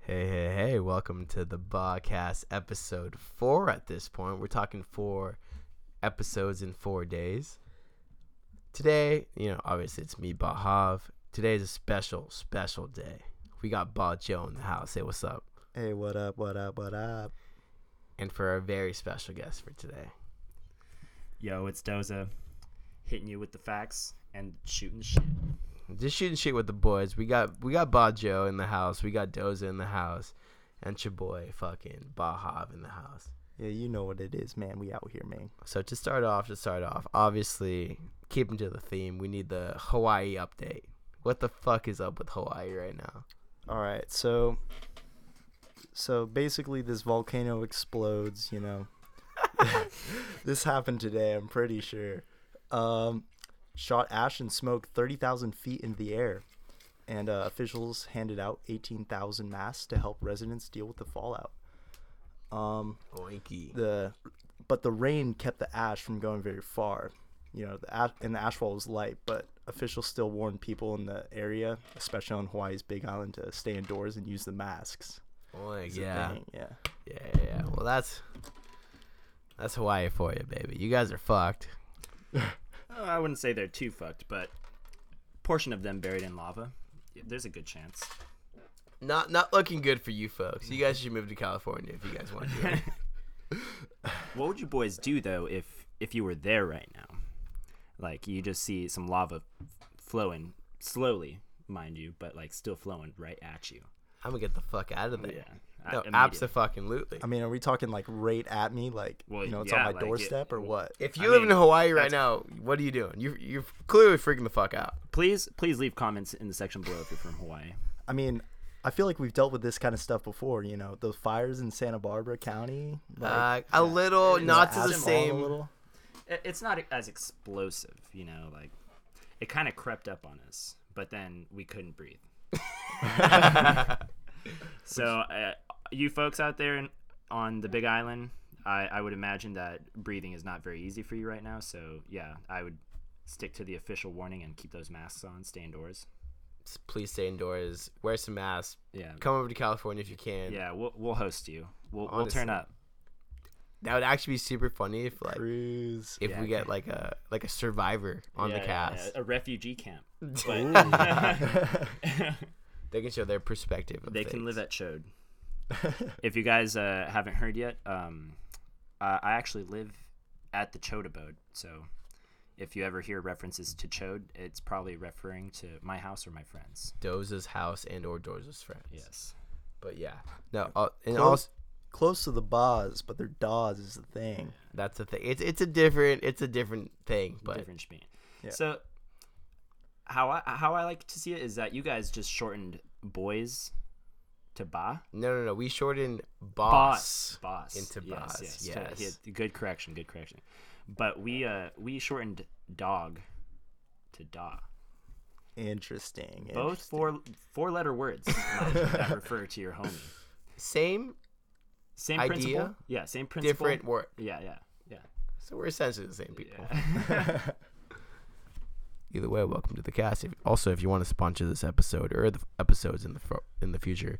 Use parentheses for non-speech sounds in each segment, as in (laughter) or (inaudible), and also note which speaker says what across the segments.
Speaker 1: Hey, hey, hey, welcome to the podcast episode four at this point. We're talking four episodes in four days. Today, you know, obviously it's me, Bahav. Today is a special, special day. We got Ba Joe in the house. Hey, what's up?
Speaker 2: Hey, what up? What up? What up?
Speaker 1: And for our very special guest for today.
Speaker 3: Yo, it's Doza hitting you with the facts and shooting the shit.
Speaker 1: Just shooting shit with the boys. We got we got Ba Joe in the house. We got Doza in the house. And your boy fucking Bahav in the house.
Speaker 2: Yeah, you know what it is, man. We out here, man.
Speaker 1: So to start off, to start off, obviously keeping to the theme, we need the Hawaii update. What the fuck is up with Hawaii right now?
Speaker 2: All right, so so basically, this volcano explodes. You know, (laughs) this happened today. I'm pretty sure. Um, shot ash and smoke thirty thousand feet in the air, and uh, officials handed out eighteen thousand masks to help residents deal with the fallout. Um,
Speaker 1: Oinky.
Speaker 2: the but the rain kept the ash from going very far. You know, the ash, and the ashfall was light, but officials still warned people in the area, especially on Hawaii's Big Island, to stay indoors and use the masks.
Speaker 1: Oink,
Speaker 2: It's a
Speaker 1: yeah.
Speaker 2: thing, yeah.
Speaker 1: yeah. Yeah, yeah. Well, that's that's Hawaii for you, baby. You guys are fucked.
Speaker 3: Uh, I wouldn't say they're too fucked, but portion of them buried in lava. Yeah, There's a good chance.
Speaker 1: Not not looking good for you folks. You guys should move to California if you guys want to.
Speaker 3: What would you boys do though if if you were there right now? Like you just see some lava flowing slowly, mind you, but like still flowing right at you.
Speaker 1: I'm gonna get the fuck out of there.
Speaker 3: I-
Speaker 1: No,
Speaker 3: immediate-
Speaker 1: absolutely.
Speaker 2: I mean, are we talking like right at me, like
Speaker 3: Well,
Speaker 2: you know, it's
Speaker 3: yeah,
Speaker 2: on my
Speaker 3: like it-
Speaker 2: doorstep or what?
Speaker 1: If
Speaker 3: I
Speaker 1: you live
Speaker 3: mean,
Speaker 1: in Hawaii right
Speaker 3: that's-
Speaker 1: now, what are you doing? You you're clearly freaking the fuck out.
Speaker 3: Please please leave comments in the section below if you're from Hawaii.
Speaker 2: I mean, I feel like we've dealt with this kind of stuff before. You know, the fires in Santa Barbara County, like,
Speaker 1: Uh, a little,
Speaker 3: it's
Speaker 1: not to the
Speaker 2: ash
Speaker 3: asphalt a
Speaker 1: same.
Speaker 2: fall a little.
Speaker 3: it- it's not as explosive, you know, like it kind of crept up on us, but then we
Speaker 1: (laughs)
Speaker 3: couldn't breathe. so, uh, you folks out there in, on the Big Island, I, I would imagine that breathing is not very easy for you right now. So, yeah, I would stick to the official warning and keep those masks on, stay indoors.
Speaker 1: Please stay indoors. Wear some masks.
Speaker 3: Yeah,
Speaker 1: Come over to California if you can.
Speaker 3: yeah, we'll, we'll host you. We'll, we'll turn
Speaker 1: Honestly.
Speaker 3: up.
Speaker 1: That would actually be super funny if like
Speaker 2: Cruise.
Speaker 1: if we
Speaker 3: Yeah.
Speaker 1: get like a like a survivor on
Speaker 3: Yeah,
Speaker 1: the
Speaker 3: yeah,
Speaker 1: cast.
Speaker 3: yeah, a refugee (laughs) camp. (laughs)
Speaker 1: They can show their perspective. Of
Speaker 3: They
Speaker 1: things.
Speaker 3: can live
Speaker 1: (laughs)
Speaker 3: at Chode. if you guys uh, haven't heard yet, um, uh, I actually live at the Chode abode. So if you ever hear references to Chode, it's probably referring to my house or my friends.
Speaker 1: Doza's house and or Doza's friends.
Speaker 3: Yes.
Speaker 1: But yeah, no, uh, and
Speaker 2: Close-
Speaker 1: also
Speaker 2: Close to the bars, but their daws is the thing.
Speaker 1: that's the thing. It's it's a different it's a different thing, but
Speaker 3: Different spin. So how I how I like to see it is that you guys just shortened boys to ba
Speaker 1: no, no, no. We shortened boss.
Speaker 3: boss
Speaker 1: into boss,
Speaker 3: to-
Speaker 1: yes.
Speaker 3: yeah, good correction, good correction. But we uh we shortened dog to da.
Speaker 2: Interesting.
Speaker 3: Both four four
Speaker 1: (laughs)
Speaker 3: letter words mind you, that refer to your homie.
Speaker 1: Same,
Speaker 3: Same
Speaker 1: Idea,
Speaker 3: principle. Yeah, same principle.
Speaker 1: different word.
Speaker 3: Yeah, yeah, yeah.
Speaker 1: So we're essentially the same people. (laughs) Either way, welcome to the cast. If, also, if you want to sponsor this episode or the episodes in the fro- in the future,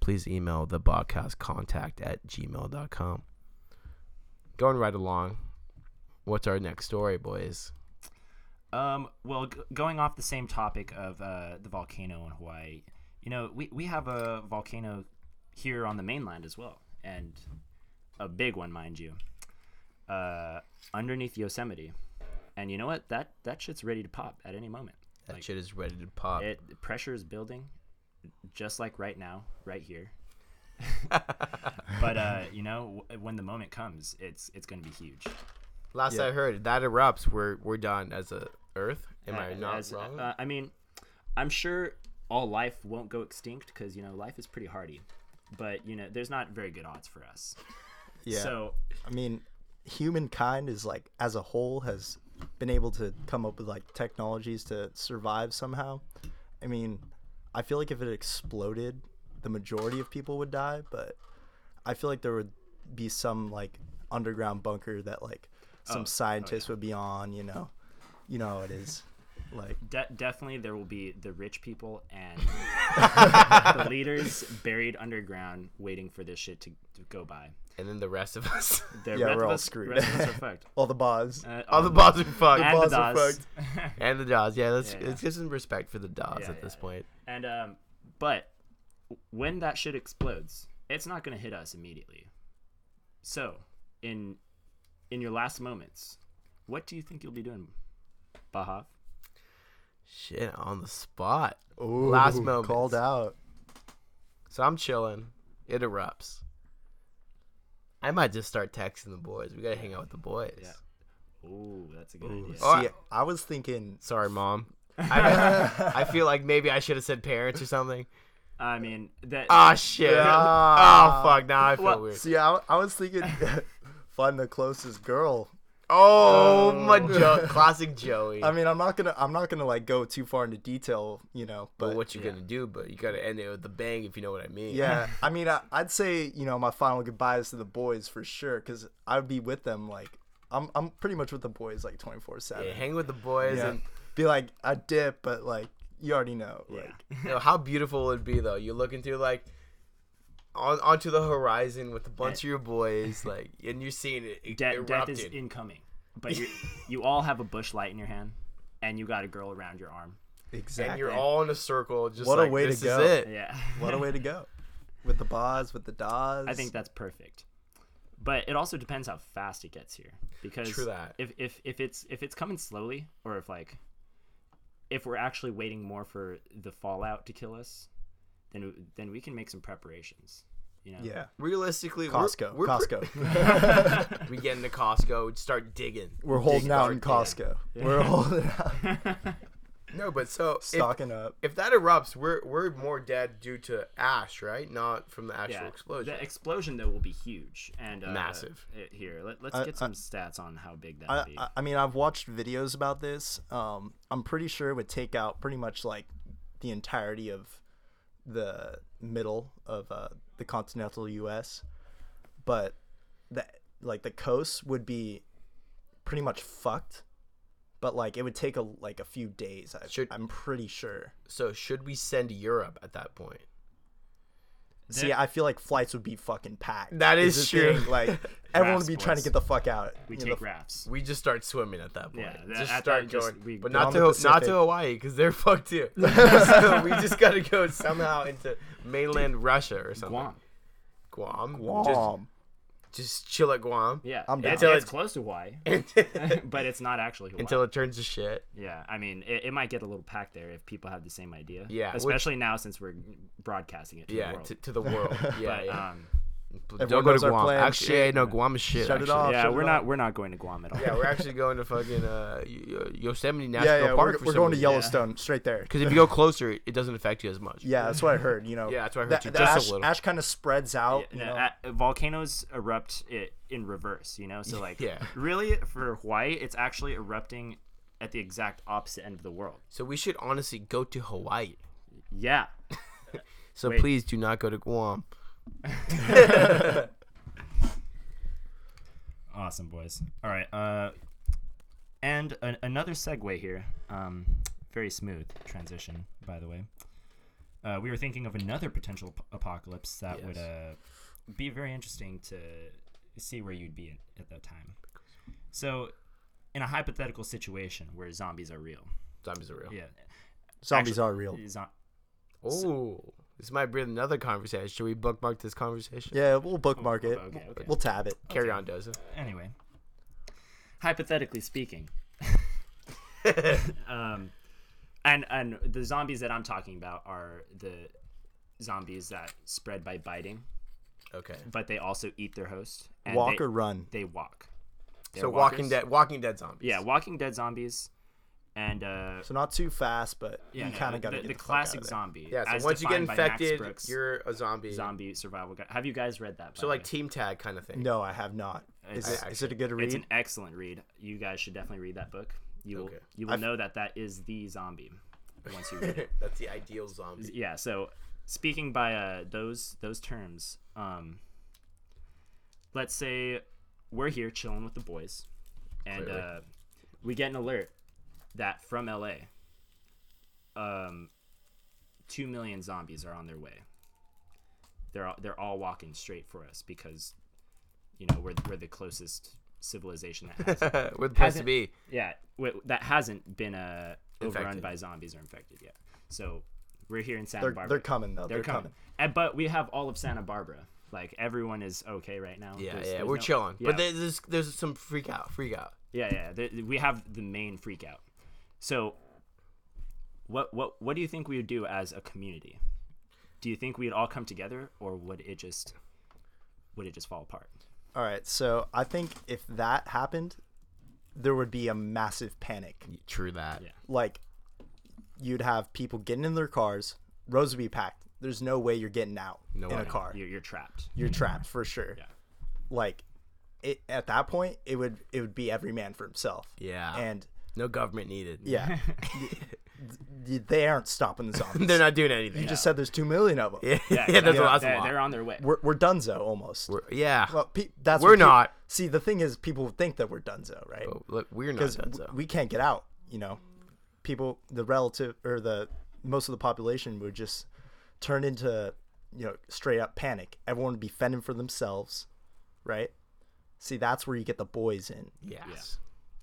Speaker 1: please email the contact at gmail.com. Going right along, what's our next story, boys?
Speaker 3: Um. Well, g- going off the same topic of uh, the volcano in Hawaii, you know, we we have a volcano here on the mainland as well, and a big one, mind you, uh, underneath Yosemite. And you know what? That that shit's ready to pop at any moment.
Speaker 1: That shit is ready to pop.
Speaker 3: It the pressure is building, just like right now, right
Speaker 1: (laughs)
Speaker 3: here. but uh, you know, w- when the moment comes, it's it's going to be huge.
Speaker 1: Last
Speaker 2: Yeah.
Speaker 1: I heard, that erupts. We're we're done as a Earth. Am I
Speaker 3: Uh,
Speaker 1: not
Speaker 3: as-
Speaker 1: wrong?
Speaker 3: uh, I mean, I'm sure all life won't go extinct because you know life is pretty hardy, but you know there's not very good odds for us.
Speaker 2: Yeah.
Speaker 3: So
Speaker 2: I mean, humankind is like as a whole has been able to come up with like technologies to survive somehow. I mean, I feel like if it exploded, the majority of people would die, but I feel like there would be some like underground bunker that like some scientists would be on, you know. You know how it is. Like
Speaker 1: (laughs)
Speaker 3: de- definitely there will be the rich people and the leaders buried underground, waiting for this shit to, to go by.
Speaker 1: and then the rest of
Speaker 3: (laughs)
Speaker 1: us.
Speaker 3: The
Speaker 2: Yeah,
Speaker 3: rest
Speaker 2: we're
Speaker 3: of
Speaker 2: all
Speaker 3: us-
Speaker 2: screwed.
Speaker 3: Rest
Speaker 1: (laughs)
Speaker 3: of us are fucked.
Speaker 2: All the bars.
Speaker 3: Uh,
Speaker 1: All the balls are fucked.
Speaker 3: and
Speaker 2: balls
Speaker 3: the
Speaker 2: are
Speaker 3: DOS.
Speaker 1: And the Jaws. Yeah, let's,
Speaker 3: Yeah, yeah.
Speaker 1: let's give some respect for the Jaws
Speaker 3: Yeah,
Speaker 1: at this
Speaker 3: yeah.
Speaker 1: point.
Speaker 3: (laughs) and um, but when that shit explodes, it's not gonna hit us immediately. So, in in your last moments, what do you think you'll be doing, Bahav?
Speaker 1: Shit, on the spot.
Speaker 2: Ooh,
Speaker 1: last moments.
Speaker 2: Called out.
Speaker 1: So I'm chilling. It erupts. I might just start texting the boys. We gotta hang out with the boys.
Speaker 3: Yeah. Ooh, that's a good idea.
Speaker 1: Or-
Speaker 2: See, I was thinking.
Speaker 1: Sorry, (laughs) mom. I, I feel like maybe I should have said parents or something.
Speaker 3: I mean, that
Speaker 1: Oh shit.
Speaker 2: Yeah.
Speaker 1: Oh fuck. Now I feel
Speaker 3: Well,
Speaker 1: weird.
Speaker 2: See, I, I was (laughs) thinking, find the closest girl.
Speaker 1: Oh, my jo- (laughs) classic Joey.
Speaker 2: I mean, I'm not gonna, I'm not gonna like go too far into detail, you know. But
Speaker 1: but what you
Speaker 3: yeah.
Speaker 1: gonna do? But you gotta end it with a bang, if you know what I mean. (laughs)
Speaker 2: yeah, I mean, I, I'd say you know my final goodbye is to the boys for sure, because I'd be with them like, I'm, I'm pretty much with the boys like 24
Speaker 1: Yeah,
Speaker 2: seven.
Speaker 1: hang with the boys,
Speaker 2: Yeah.
Speaker 1: and
Speaker 2: Be like, I dip, but like, you already know. Like,
Speaker 1: (laughs) you know, how beautiful it would be though. You're looking through like on onto the horizon with a bunch of your
Speaker 3: (laughs)
Speaker 1: boys, like, and you're seeing it, e-, it
Speaker 3: De- death
Speaker 1: erupted.
Speaker 3: is incoming, but you you all have a bush light in your hand, and you got a girl around your arm.
Speaker 2: exactly.
Speaker 1: and you're all in a circle. Just
Speaker 2: What a
Speaker 1: like,
Speaker 2: way to
Speaker 1: this
Speaker 2: go.
Speaker 1: Is it.
Speaker 3: Yeah,
Speaker 2: (laughs) what a way to go, with the bars, with the daws.
Speaker 3: I think that's perfect. But it also depends how fast it gets here, because
Speaker 1: True that.
Speaker 3: if if if it's if it's coming slowly, or if like if we're actually waiting more for the fallout to kill us, then then we can make some preparations. You know.
Speaker 2: Yeah,
Speaker 1: Realistically, we're-
Speaker 2: Costco,
Speaker 1: We're, pre- (laughs)
Speaker 2: Costco.
Speaker 1: we get into Costco. We start digging.
Speaker 2: We're holding
Speaker 1: Digging
Speaker 2: out
Speaker 1: our
Speaker 2: in
Speaker 1: dick.
Speaker 2: Costco. We're holding out,
Speaker 1: No, but so (laughs) if,
Speaker 2: stocking up.
Speaker 1: if that erupts, we're we're more dead due to ash, right? Not from the actual
Speaker 3: Yeah,
Speaker 1: explosion.
Speaker 3: The explosion though will be huge and uh,
Speaker 1: Massive.
Speaker 3: it- Here, let, let's
Speaker 2: I-
Speaker 3: get some stats on how big that
Speaker 2: I,
Speaker 3: would be.
Speaker 2: I- I mean, I've watched videos about this. Um, I'm pretty sure it would take out pretty much like the entirety of the middle of uh, the continental U.S., but the like the coast would be pretty much fucked. But like, it would take a like a few days. I,
Speaker 1: Should-
Speaker 2: I'm pretty sure.
Speaker 1: so should we send Europe at that point?
Speaker 2: See, I feel like flights would be fucking packed.
Speaker 1: That
Speaker 2: Is
Speaker 1: is
Speaker 2: the
Speaker 1: true. (laughs)
Speaker 2: thing, Like everyone would be
Speaker 3: Rafts,
Speaker 2: trying to
Speaker 3: boys.
Speaker 2: get the fuck out.
Speaker 3: we
Speaker 2: you know,
Speaker 3: take
Speaker 2: the-
Speaker 3: rafts.
Speaker 1: We just start swimming at that point.
Speaker 3: Yeah, that-
Speaker 1: just
Speaker 3: at
Speaker 1: start
Speaker 3: that just-
Speaker 1: going,
Speaker 3: we
Speaker 1: but
Speaker 3: go
Speaker 1: not
Speaker 2: on the
Speaker 1: to not
Speaker 2: Pacific.
Speaker 1: to Hawaii because they're (laughs) fucked too. so we just gotta go somehow into mainland Russia or something. Guam.
Speaker 3: Guam.
Speaker 2: Guam.
Speaker 1: Just, just chill at Guam
Speaker 3: Yeah,
Speaker 2: I'm
Speaker 3: it's,
Speaker 1: down.
Speaker 3: it's close to Hawaii, but it's not actually
Speaker 1: (laughs)
Speaker 3: Hawaii.
Speaker 1: until it turns to shit.
Speaker 3: yeah, I mean, it, it might get a little packed there if people have the same idea.
Speaker 1: Yeah, which-
Speaker 3: especially now since we're broadcasting it to
Speaker 1: Yeah,
Speaker 3: the world.
Speaker 1: to, to the world. Yeah,
Speaker 3: but,
Speaker 1: yeah. (laughs)
Speaker 3: um,
Speaker 1: Don't
Speaker 2: Everyone
Speaker 1: go to
Speaker 2: knows our
Speaker 1: Guam.
Speaker 2: plan.
Speaker 1: Actually, yeah, no, Guam is shit.
Speaker 2: Shut it
Speaker 1: actually.
Speaker 2: off.
Speaker 3: yeah,
Speaker 2: shut
Speaker 3: we're
Speaker 2: it
Speaker 3: not
Speaker 2: off.
Speaker 3: we're not going to Guam at all. (laughs)
Speaker 1: Yeah, we're actually going to fucking uh, Y- Y- Yosemite National
Speaker 2: Yeah, yeah,
Speaker 1: Park.
Speaker 2: we're,
Speaker 1: for
Speaker 2: we're
Speaker 1: some
Speaker 2: going to
Speaker 1: reason.
Speaker 2: Yellowstone straight there.
Speaker 1: Because if you go closer, it doesn't affect you as much.
Speaker 2: Yeah, that's what I heard. You know.
Speaker 1: Yeah, that's what I heard
Speaker 2: That-
Speaker 1: too,
Speaker 2: the
Speaker 1: just a
Speaker 2: ash,
Speaker 1: little.
Speaker 2: Ash kind of spreads out. you
Speaker 3: No,
Speaker 2: know?
Speaker 3: a- volcanoes erupt i in reverse, you
Speaker 1: (laughs)
Speaker 3: know. So like,
Speaker 1: Yeah.
Speaker 3: really for Hawaii, it's actually erupting at the exact opposite end of the world.
Speaker 1: So we should honestly go to Hawaii.
Speaker 3: Yeah,
Speaker 1: So
Speaker 3: Wait.
Speaker 1: please do not go to Guam.
Speaker 3: Awesome, boys. All right. Uh, and an, another segue here. Um, very smooth transition, by the way. Uh, we were thinking of another potential ap- apocalypse that would uh, be very interesting to see where you'd be at, at that time. So, in a hypothetical situation where zombies are real,
Speaker 1: Zombies are real.
Speaker 3: yeah,
Speaker 2: Zombies
Speaker 3: actually-
Speaker 2: are real.
Speaker 3: zo-
Speaker 1: Oh, this might be another conversation. Should we bookmark this conversation?
Speaker 2: Yeah, we'll bookmark it.
Speaker 3: okay, okay.
Speaker 2: We'll tab it.
Speaker 1: Carry on, Doza.
Speaker 3: anyway,
Speaker 1: (laughs)
Speaker 3: hypothetically speaking, um, and and the zombies that I'm talking about are the zombies that spread by biting,
Speaker 1: Okay.
Speaker 3: but they also eat their host. And
Speaker 2: Walk
Speaker 3: they,
Speaker 2: or run.
Speaker 3: They walk. They're
Speaker 1: so Walking
Speaker 3: walkers.
Speaker 1: Dead, Walking Dead zombies.
Speaker 3: Yeah, Walking Dead zombies, and uh,
Speaker 2: So not too fast, but
Speaker 3: yeah,
Speaker 2: you
Speaker 3: no,
Speaker 2: kind of got to
Speaker 3: the,
Speaker 2: get
Speaker 3: the
Speaker 2: fuck
Speaker 3: classic
Speaker 2: out of there.
Speaker 3: zombie.
Speaker 1: Yeah. So
Speaker 3: as
Speaker 1: once you get
Speaker 3: defined by Max
Speaker 1: infected,
Speaker 3: Brooks'
Speaker 1: you're a zombie.
Speaker 3: zombie survival guide. Have you guys read that? by
Speaker 1: So
Speaker 3: the
Speaker 1: like
Speaker 3: way?
Speaker 1: team tag kind of thing.
Speaker 2: No, I have not. Is
Speaker 3: It's-
Speaker 2: it, is it a good read?
Speaker 3: it's an excellent read. You guys should definitely read that book. You will
Speaker 1: Okay.
Speaker 3: you will
Speaker 2: I've-
Speaker 3: know that that is the zombie once you read it.
Speaker 1: (laughs) That's the ideal (laughs) zombie.
Speaker 3: yeah. So speaking by uh, those those terms, um, let's say we're here chilling with the boys, and
Speaker 1: Clearly.
Speaker 3: uh, we get an alert that from LA, um, two million zombies are on their way. They're all, they're all walking straight for us because, you know, we're we're the closest civilization that
Speaker 1: (laughs)
Speaker 3: has
Speaker 1: We're the place to
Speaker 3: Hasn't-
Speaker 1: be.
Speaker 3: yeah, w- that hasn't been uh, overrun
Speaker 1: Infected.
Speaker 3: by zombies or infected yet. So we're here in Santa
Speaker 2: They're,
Speaker 3: Barbara.
Speaker 2: they're coming though. They're, coming.
Speaker 3: And, but we have all of Santa Barbara. Like everyone is okay right now.
Speaker 1: Yeah,
Speaker 3: There's-
Speaker 1: yeah,
Speaker 3: there's
Speaker 1: we're
Speaker 3: no-
Speaker 1: chilling.
Speaker 3: Yeah,
Speaker 1: But there's there's- there's some freak out, freak out.
Speaker 3: yeah, yeah. The- we have the main freak out. So, what what what do you think we would do as a community? Do you think we'd all come together, or would it just would it just fall apart?
Speaker 2: All right, so I think if that happened, there would be a massive panic.
Speaker 1: True that.
Speaker 3: Yeah.
Speaker 2: Like, you'd have people getting in their cars. Roads would be packed. There's no way you're getting out
Speaker 1: No
Speaker 2: in
Speaker 1: way.
Speaker 2: a car.
Speaker 3: You're, you're trapped.
Speaker 1: Mm-hmm.
Speaker 2: You're trapped for sure.
Speaker 3: Yeah.
Speaker 2: Like, it, at that point, it would it would be every man for himself.
Speaker 1: Yeah. (laughs)
Speaker 2: And
Speaker 1: No government needed.
Speaker 2: yeah, y- they aren't stopping the
Speaker 1: (laughs)
Speaker 2: zombies.
Speaker 1: They're not doing anything. (laughs)
Speaker 2: you just said there's two million of them.
Speaker 1: yeah, yeah,
Speaker 3: yeah,
Speaker 1: there's
Speaker 3: they're,
Speaker 1: a lot.
Speaker 3: they're,
Speaker 1: They're,
Speaker 3: they're on their way.
Speaker 2: We're we're donezo almost.
Speaker 1: yeah.
Speaker 2: well, pe- that's
Speaker 1: We're
Speaker 2: what peo-
Speaker 1: not.
Speaker 2: See, the thing is, people think that we're donezo, right?
Speaker 1: But Oh, look, we're not
Speaker 2: because
Speaker 1: done so.
Speaker 2: we can't get out. You know, people, the relative or the most of the population would just turn into you know straight up panic. Everyone would be fending for themselves, right? See, that's where you get the boys in,
Speaker 1: yes.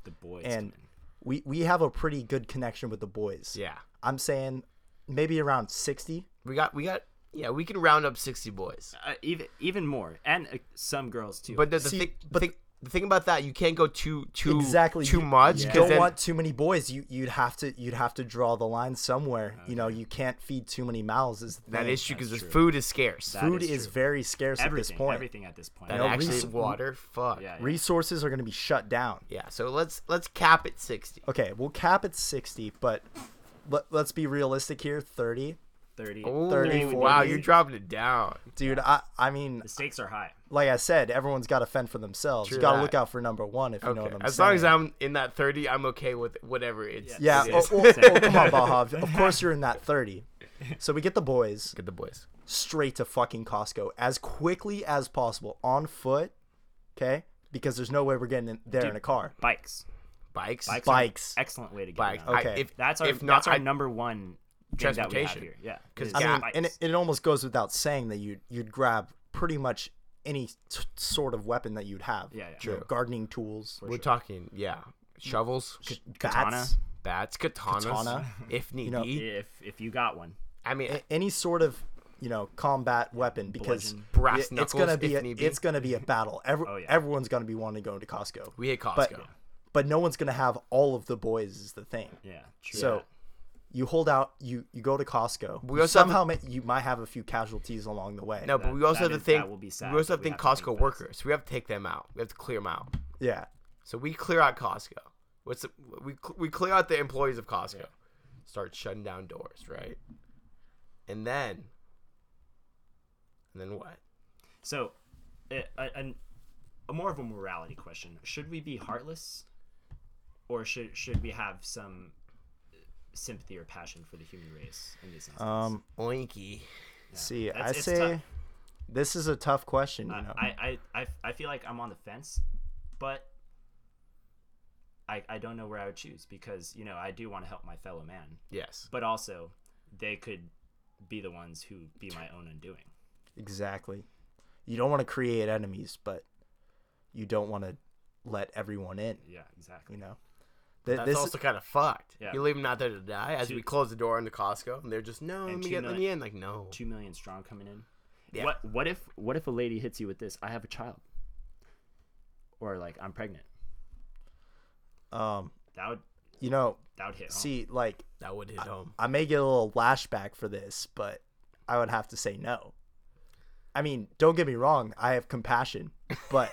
Speaker 3: The boys.
Speaker 2: and
Speaker 3: come in.
Speaker 2: we we have a pretty good connection with the boys.
Speaker 1: Yeah.
Speaker 2: I'm saying maybe around sixty.
Speaker 1: We got we got yeah, we can round up 60 boys.
Speaker 3: uh, even even more, and uh, some girls too.
Speaker 1: But the, the
Speaker 2: See,
Speaker 1: thing
Speaker 2: but-
Speaker 1: thi- the thing about that, you can't go too too
Speaker 2: Exactly.
Speaker 1: too
Speaker 2: You-
Speaker 1: much
Speaker 2: You
Speaker 1: 'cause
Speaker 2: don't
Speaker 1: then-
Speaker 2: want too many boys. You you'd have to you'd have to draw the line somewhere. You know, you can't feed too many mouths. Is the
Speaker 1: that
Speaker 2: thing.
Speaker 1: is true because
Speaker 3: That's
Speaker 1: the
Speaker 3: true.
Speaker 1: food is scarce.
Speaker 3: That
Speaker 2: Food is,
Speaker 3: true.
Speaker 2: very scarce
Speaker 3: everything,
Speaker 2: at this point.
Speaker 3: Everything at this point.
Speaker 1: and
Speaker 2: know,
Speaker 1: actually
Speaker 2: res-
Speaker 1: water, fuck.
Speaker 3: yeah, yeah.
Speaker 2: resources are going to be shut down.
Speaker 1: Yeah, so let's let's cap at 60.
Speaker 2: Okay, we'll cap at 60, but let, let's be realistic here 30.
Speaker 3: 30,
Speaker 1: Ooh,
Speaker 2: 30,
Speaker 1: wow,
Speaker 2: 40.
Speaker 1: you're dropping it down.
Speaker 2: Dude, I, I mean,
Speaker 3: The stakes are high.
Speaker 2: like I said, everyone's got to fend for themselves.
Speaker 1: True
Speaker 2: you got to
Speaker 1: that.
Speaker 2: look out for number one if you know
Speaker 1: Okay.
Speaker 2: what I'm
Speaker 1: As
Speaker 2: saying.
Speaker 1: long as I'm in that 30, I'm okay with whatever it's.
Speaker 2: yeah,
Speaker 1: it
Speaker 2: oh,
Speaker 1: is.
Speaker 2: oh, oh, come on, Bahav.
Speaker 1: (laughs)
Speaker 2: Of course you're in that 30. So we get the boys
Speaker 1: Get the boys.
Speaker 2: straight to fucking Costco as quickly as possible on foot, okay? Because there's no way we're getting in, there in a car.
Speaker 3: Bikes.
Speaker 1: Bikes.
Speaker 3: Bikes.
Speaker 2: Bikes.
Speaker 3: Are an excellent way to get
Speaker 1: Bikes.
Speaker 3: around.
Speaker 1: I-
Speaker 2: Okay.
Speaker 1: if,
Speaker 3: That's our
Speaker 1: if not,
Speaker 3: that's our
Speaker 1: I-
Speaker 3: number one thing that we have
Speaker 1: Transportation.
Speaker 3: here. Yeah,
Speaker 1: 'Cause
Speaker 3: is
Speaker 1: I mean,
Speaker 2: I mean,
Speaker 3: bikes.
Speaker 2: and it, it almost goes without saying that you'd you'd grab pretty much any t- sort of weapon that you'd have.
Speaker 3: Yeah, yeah.
Speaker 2: You know,
Speaker 1: True.
Speaker 2: gardening tools,
Speaker 1: We're talking, yeah. Shovels, k-
Speaker 3: katana.
Speaker 2: bats,
Speaker 1: bats, katanas,
Speaker 2: Katana. (laughs)
Speaker 1: if need
Speaker 2: know-
Speaker 1: be.
Speaker 3: if if you got one,
Speaker 1: I mean,
Speaker 2: a- any sort of you know combat weapon because
Speaker 3: Bludgeon.
Speaker 1: Brass
Speaker 2: it- it's
Speaker 1: knuckles,
Speaker 2: gonna be
Speaker 1: if
Speaker 2: a,
Speaker 1: need be.
Speaker 2: it's gonna be a battle. Every,
Speaker 3: Oh, yeah.
Speaker 2: everyone's gonna be wanting to go to Costco.
Speaker 1: we hit Costco.
Speaker 2: but but no one's gonna have all of the boys is the thing.
Speaker 3: yeah, true.
Speaker 2: So. You hold out. You you go to Costco.
Speaker 1: We
Speaker 2: You
Speaker 1: also have-
Speaker 2: somehow ma- you might have a few casualties along the way.
Speaker 1: no, but
Speaker 3: that-
Speaker 1: we also have
Speaker 3: that
Speaker 1: to
Speaker 3: is-
Speaker 1: think.
Speaker 3: that will be sad,
Speaker 1: we also
Speaker 3: but
Speaker 1: have to
Speaker 3: we
Speaker 1: think
Speaker 3: have to
Speaker 1: Costco
Speaker 3: think fast.
Speaker 1: workers. We have to take them out. We have to clear them out.
Speaker 2: Yeah.
Speaker 1: So we clear out Costco. What's the, we cl- we clear out the employees of Costco. Start shutting down doors, right? And then, and then what?
Speaker 3: so a, a, an- a more of a morality question: Should we be heartless, or should should we have some uh, sympathy or passion for the human race in this instance?
Speaker 2: Um.
Speaker 1: Oinky.
Speaker 2: See,
Speaker 3: It's-
Speaker 2: I
Speaker 3: it's
Speaker 2: say
Speaker 3: tough.
Speaker 2: this is a tough question. You know.
Speaker 3: I, I, I, I feel like I'm on the fence, but I, I don't know where I would choose because, you know, I do want to help my fellow man,
Speaker 1: Yes.
Speaker 3: but also they could be the ones who be my own undoing.
Speaker 2: Exactly. You don't want to create enemies, but you don't want to let everyone in.
Speaker 3: Yeah, exactly.
Speaker 2: You know. Th-
Speaker 1: That's
Speaker 2: this
Speaker 1: also kind of fucked.
Speaker 3: Yeah.
Speaker 1: You leave them out there to die as we close the door into Costco, and they're just no, let
Speaker 3: And
Speaker 1: me
Speaker 3: two
Speaker 1: get let
Speaker 3: million-
Speaker 1: me in. Like no,
Speaker 3: Two million strong coming in.
Speaker 1: Yeah.
Speaker 3: What, what if, what if a lady hits you with this? I have a child, or like I'm pregnant.
Speaker 2: um,
Speaker 3: That would,
Speaker 2: you know,
Speaker 3: that would hit. home.
Speaker 2: see, like
Speaker 1: that
Speaker 3: (laughs)
Speaker 1: would hit home.
Speaker 2: I may get a little lashback for this, but I would have to say no. I mean, don't get me wrong, I have compassion,
Speaker 1: (laughs)
Speaker 2: but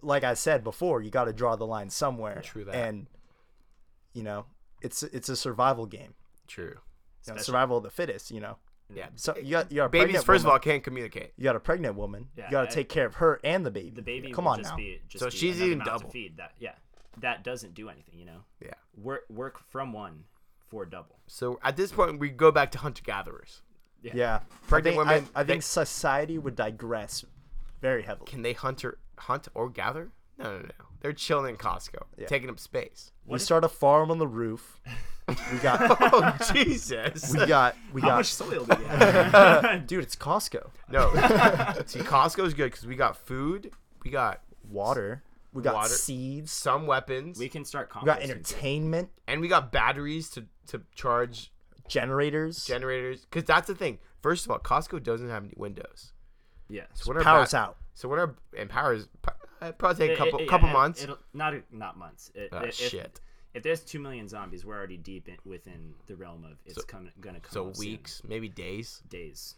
Speaker 2: like I said before, you got to draw the line somewhere.
Speaker 1: True that.
Speaker 2: And you know, it's it's a survival game.
Speaker 1: True.
Speaker 2: You know,
Speaker 3: Especially-
Speaker 2: survival of the fittest, you know.
Speaker 1: Yeah.
Speaker 2: So you got you got a
Speaker 1: Babies,
Speaker 2: pregnant
Speaker 1: first of
Speaker 2: woman.
Speaker 1: all, can't communicate.
Speaker 2: you got a pregnant woman.
Speaker 3: Yeah,
Speaker 2: you got
Speaker 3: I-
Speaker 2: to take care of her and the baby.
Speaker 3: the baby
Speaker 2: Come
Speaker 3: will
Speaker 2: on
Speaker 3: just
Speaker 2: now.
Speaker 3: be just
Speaker 1: So
Speaker 3: be
Speaker 1: she's
Speaker 3: another
Speaker 1: eating
Speaker 3: mouth to
Speaker 1: double.
Speaker 3: feed that yeah that doesn't do anything you know
Speaker 1: Yeah.
Speaker 3: work work from one for double
Speaker 1: So at this point, we go back to hunter gatherers.
Speaker 2: yeah,
Speaker 1: Pregnant
Speaker 2: I think, I-
Speaker 1: women,
Speaker 2: I, think
Speaker 1: they-
Speaker 2: society would digress very heavily.
Speaker 1: Can they hunter hunt or gather?
Speaker 2: (laughs)
Speaker 1: No, no, no. They're chilling in Costco, taking up space.
Speaker 3: (laughs)
Speaker 2: we start a farm on the roof. We got
Speaker 1: oh Jesus!
Speaker 2: we got we
Speaker 3: How
Speaker 2: got
Speaker 3: much soil do you (laughs) have?
Speaker 2: dude, it's Costco. (laughs)
Speaker 1: No, see, Costco's good because we got food, we got
Speaker 2: Water. We got
Speaker 1: Water.
Speaker 2: seeds.
Speaker 1: some weapons,
Speaker 3: we can start
Speaker 2: We got
Speaker 3: composting.
Speaker 2: entertainment,
Speaker 1: and we got batteries to to charge
Speaker 2: generators.
Speaker 1: generators. Because that's the thing. First of all, Costco doesn't have any windows.
Speaker 3: Yes.
Speaker 1: So when our
Speaker 2: Power's
Speaker 1: ba-
Speaker 2: out.
Speaker 1: So when our and powers it uh, probably take a
Speaker 3: It-
Speaker 1: couple
Speaker 3: it- yeah,
Speaker 1: couple
Speaker 3: it-
Speaker 1: months.
Speaker 3: It'll, not a- not months. It,
Speaker 1: Ah,
Speaker 3: it- if,
Speaker 1: shit.
Speaker 3: If there's two million zombies, we're already deep in, within the realm of it's coming, gonna come.
Speaker 1: so
Speaker 3: up soon.
Speaker 1: weeks, maybe days.
Speaker 3: days.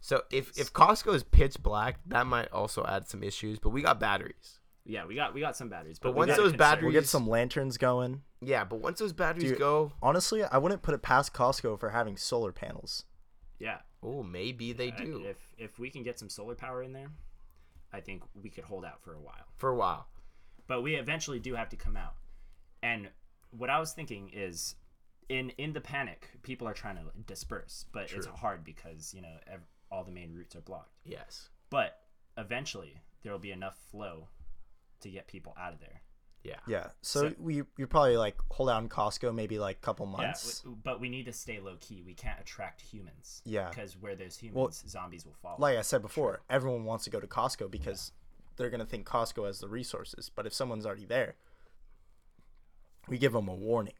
Speaker 1: So if if Costco is pitch black, that might also add some issues. But we got batteries.
Speaker 3: Yeah, we got we got some batteries, but, we
Speaker 1: once
Speaker 3: gotta
Speaker 1: those
Speaker 3: consider-
Speaker 1: batteries-
Speaker 2: We'll get some lanterns going.
Speaker 1: Yeah, but once those batteries
Speaker 2: Dude.
Speaker 1: go,
Speaker 2: Honestly, I wouldn't put it past Costco for having solar panels.
Speaker 3: yeah,
Speaker 1: oh, maybe they
Speaker 3: I-
Speaker 1: do
Speaker 3: If if we can get some solar power in there, I think we could hold out for a while.
Speaker 1: for a while.
Speaker 3: But we eventually do have to come out. And what I was thinking is, in in the panic, people are trying to disperse, but it's
Speaker 1: True.
Speaker 3: hard because you know ev- all the main routes are blocked.
Speaker 1: Yes.
Speaker 3: But eventually, there will be enough flow to get people out of there.
Speaker 1: Yeah.
Speaker 2: Yeah. So,
Speaker 3: So-
Speaker 2: we you probably like hold out in Costco maybe like a couple
Speaker 3: Yeah,
Speaker 2: months.
Speaker 3: w- but we need to stay low key. We can't attract humans.
Speaker 2: Yeah.
Speaker 3: Because where there's humans, zombies will follow.
Speaker 2: like I said before, everyone wants to go to Costco because they're gonna think Costco has the resources. But if someone's already there, we give them a warning.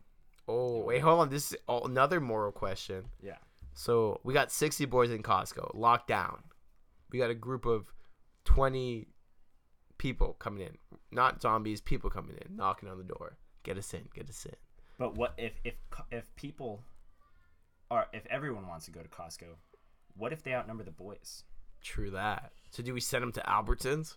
Speaker 1: Oh wait, hold on. This is oh, another moral question.
Speaker 3: yeah.
Speaker 1: So we got sixty boys in Costco locked down. We got a group of twenty people coming in, not zombies. People coming in, knocking on the door. Get us in. Get us in.
Speaker 3: But what if if co- if people are if everyone wants to go to Costco, what if they outnumber the boys?
Speaker 1: True that. So do we send them to Albertsons?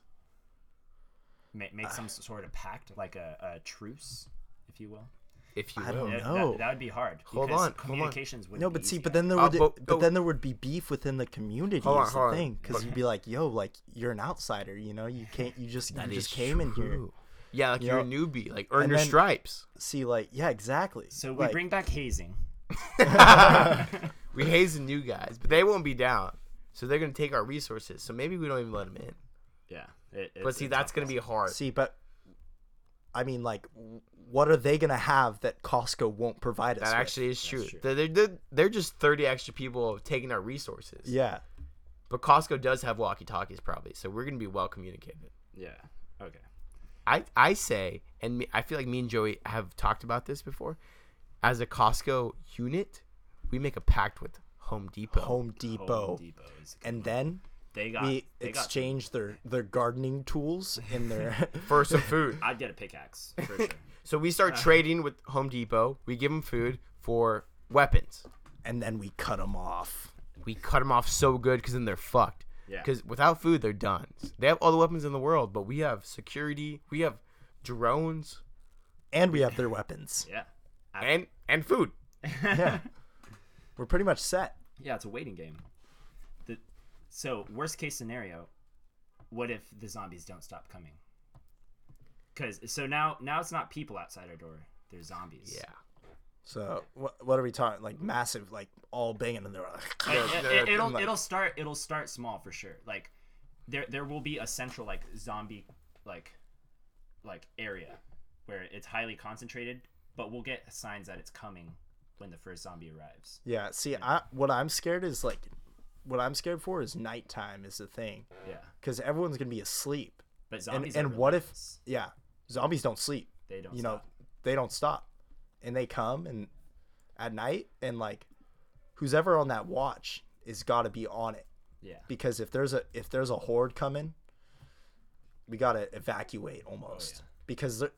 Speaker 3: Ma- make
Speaker 1: Ah.
Speaker 3: some sort of pact, like a, a truce, if you will.
Speaker 1: If you
Speaker 2: I
Speaker 1: will.
Speaker 2: don't
Speaker 3: That- that-
Speaker 2: know.
Speaker 3: That, would be hard.
Speaker 1: Oh, Hold
Speaker 3: because
Speaker 1: on, hold on.
Speaker 3: Communications would
Speaker 2: No, but see, but then there
Speaker 1: Uh,
Speaker 2: would
Speaker 1: but-
Speaker 2: but,
Speaker 1: but-
Speaker 2: then there would be beef within the community.
Speaker 1: Hold on,
Speaker 2: is
Speaker 1: hold on.
Speaker 2: the thing because you'd be like, "Yo, like you're an outsider, you know? You can't. You just
Speaker 1: That
Speaker 2: you
Speaker 1: is
Speaker 2: just came in here.
Speaker 1: true. Yeah, like
Speaker 2: You
Speaker 1: you are
Speaker 2: know,
Speaker 1: a newbie. Like earn
Speaker 2: and
Speaker 1: your
Speaker 2: then-
Speaker 1: stripes.
Speaker 2: See, like, yeah, exactly.
Speaker 3: So we
Speaker 2: Like,
Speaker 3: bring back hazing.
Speaker 1: (laughs) We haze the new guys, but they won't be down. So they're gonna take our resources. So maybe we don't even let them in.
Speaker 3: Yeah. it- it's
Speaker 1: But see,
Speaker 3: a
Speaker 1: that's
Speaker 3: tough
Speaker 1: gonna be hard.
Speaker 2: See, but I mean, like, w- what are they gonna have that Costco won't provide us?
Speaker 1: That
Speaker 2: with?
Speaker 1: actually is true.
Speaker 3: true.
Speaker 1: They're, they're, they're just 30 extra people taking our resources.
Speaker 2: yeah.
Speaker 1: But Costco does have walkie talkies, probably. So we're going to be well communicated.
Speaker 3: Yeah. Okay.
Speaker 1: I, I say, and me, I feel like me and Joey have talked about this before. As a Costco unit, we make a pact with Home Depot.
Speaker 2: Home Depot,
Speaker 3: Home Depot is a good-
Speaker 2: and then
Speaker 3: they got
Speaker 2: we
Speaker 3: they got-
Speaker 2: exchange their their gardening tools in
Speaker 3: (laughs)
Speaker 2: their.
Speaker 1: For some food.
Speaker 3: I'd get a pickaxe
Speaker 1: (laughs)
Speaker 3: for sure.
Speaker 1: So we start trading with Home Depot. We give them food for weapons.
Speaker 2: and then we cut them off.
Speaker 1: We cut them off so good because then they're fucked.
Speaker 3: Yeah.
Speaker 1: Because without food, they're done. They have all the weapons in the world, but we have security. We have drones.
Speaker 2: And we have their
Speaker 3: (laughs)
Speaker 2: weapons.
Speaker 3: yeah.
Speaker 1: and and food.
Speaker 2: Yeah. We're pretty much set.
Speaker 3: Yeah, it's a waiting game. The, so worst case scenario, what if the zombies don't stop coming? Because so now now it's not people outside our door; they're zombies.
Speaker 2: So what, what are we talking? Like massive, like all banging, and they're like, (laughs)
Speaker 3: Like, it,
Speaker 1: no,
Speaker 3: it,
Speaker 1: no,
Speaker 3: will
Speaker 2: like-
Speaker 3: it'll start it'll start small for sure. Like there there will be a central like zombie like like area where it's highly concentrated, but we'll get signs that it's coming when the first zombie arrives.
Speaker 2: yeah. See, I what I'm scared is like, what I'm scared for is nighttime is the thing,
Speaker 3: Yeah,
Speaker 2: because everyone's gonna be asleep.
Speaker 3: but
Speaker 2: And
Speaker 3: zombies. are
Speaker 2: and what if?
Speaker 3: relentless.
Speaker 2: Yeah, zombies don't sleep.
Speaker 3: they don't?
Speaker 2: you know,
Speaker 3: stop.
Speaker 2: they don't stop, and they come and at night and like, who's ever on that watch is got to be on it
Speaker 3: Yeah.
Speaker 2: because if there's a if there's a horde coming, we gotta evacuate
Speaker 3: Oh,
Speaker 2: almost because there-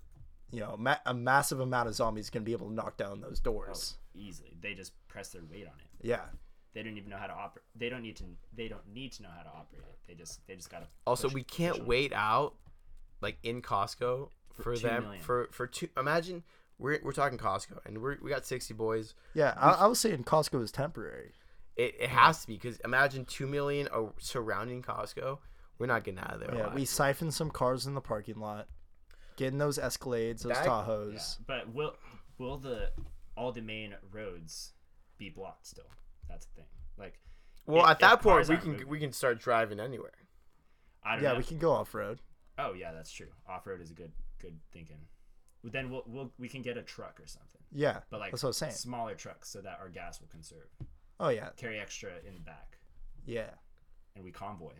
Speaker 2: you know ma- a massive amount of zombies gonna be able to knock down those doors.
Speaker 3: Easily, they just press their weight on it.
Speaker 2: Yeah,
Speaker 3: they don't even know how to operate. They don't need to. They don't need to know how to operate it. They just. They just gotta.
Speaker 1: Also,
Speaker 3: push-
Speaker 1: we
Speaker 3: push
Speaker 1: can't
Speaker 3: 'em.
Speaker 1: wait out, like in Costco, for,
Speaker 3: two
Speaker 1: them
Speaker 3: million.
Speaker 1: for for two. Imagine we're we're talking Costco, and we are we got sixty boys.
Speaker 2: yeah. I, I was saying Costco is temporary.
Speaker 1: It, it has to be because imagine two million are surrounding Costco. We're not getting out of there.
Speaker 3: Oh,
Speaker 2: Yeah,
Speaker 1: alive.
Speaker 2: we siphon some cars in the parking lot, getting those Escalades, those
Speaker 1: That-
Speaker 3: Yeah.
Speaker 2: Tahoes.
Speaker 3: But will will the all the main roads be blocked still? That's the thing. Like,
Speaker 1: well
Speaker 3: if-
Speaker 1: at that
Speaker 3: if
Speaker 1: point
Speaker 3: cars
Speaker 1: we
Speaker 3: aren't
Speaker 1: can
Speaker 3: moving-
Speaker 1: we can start driving anywhere.
Speaker 3: I don't
Speaker 2: Yeah,
Speaker 3: know.
Speaker 2: we can go off road.
Speaker 3: Oh yeah, that's true. Off road is a good good thinking. But then we'll, we'll we can get a truck or something.
Speaker 2: Yeah,
Speaker 3: but like
Speaker 2: that's what I was saying.
Speaker 3: smaller trucks so that our gas will conserve.
Speaker 2: Oh yeah,
Speaker 3: Carry extra in the back,
Speaker 2: yeah.
Speaker 3: and we convoy.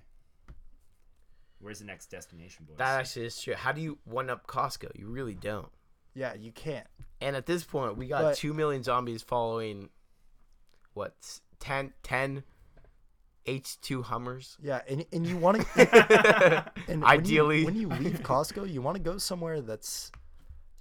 Speaker 3: Where's the next destination, boys?
Speaker 1: That actually is true. How do you one up Costco? You really don't.
Speaker 2: Yeah, you can't.
Speaker 1: And at this point, we got
Speaker 2: But-
Speaker 1: two million zombies following. What s- 10, 10 H two
Speaker 2: (laughs)
Speaker 1: Hummers? (laughs)
Speaker 2: Yeah, and, and you want to.
Speaker 1: Ideally.
Speaker 2: when you, when you leave Costco, you want to go somewhere that's.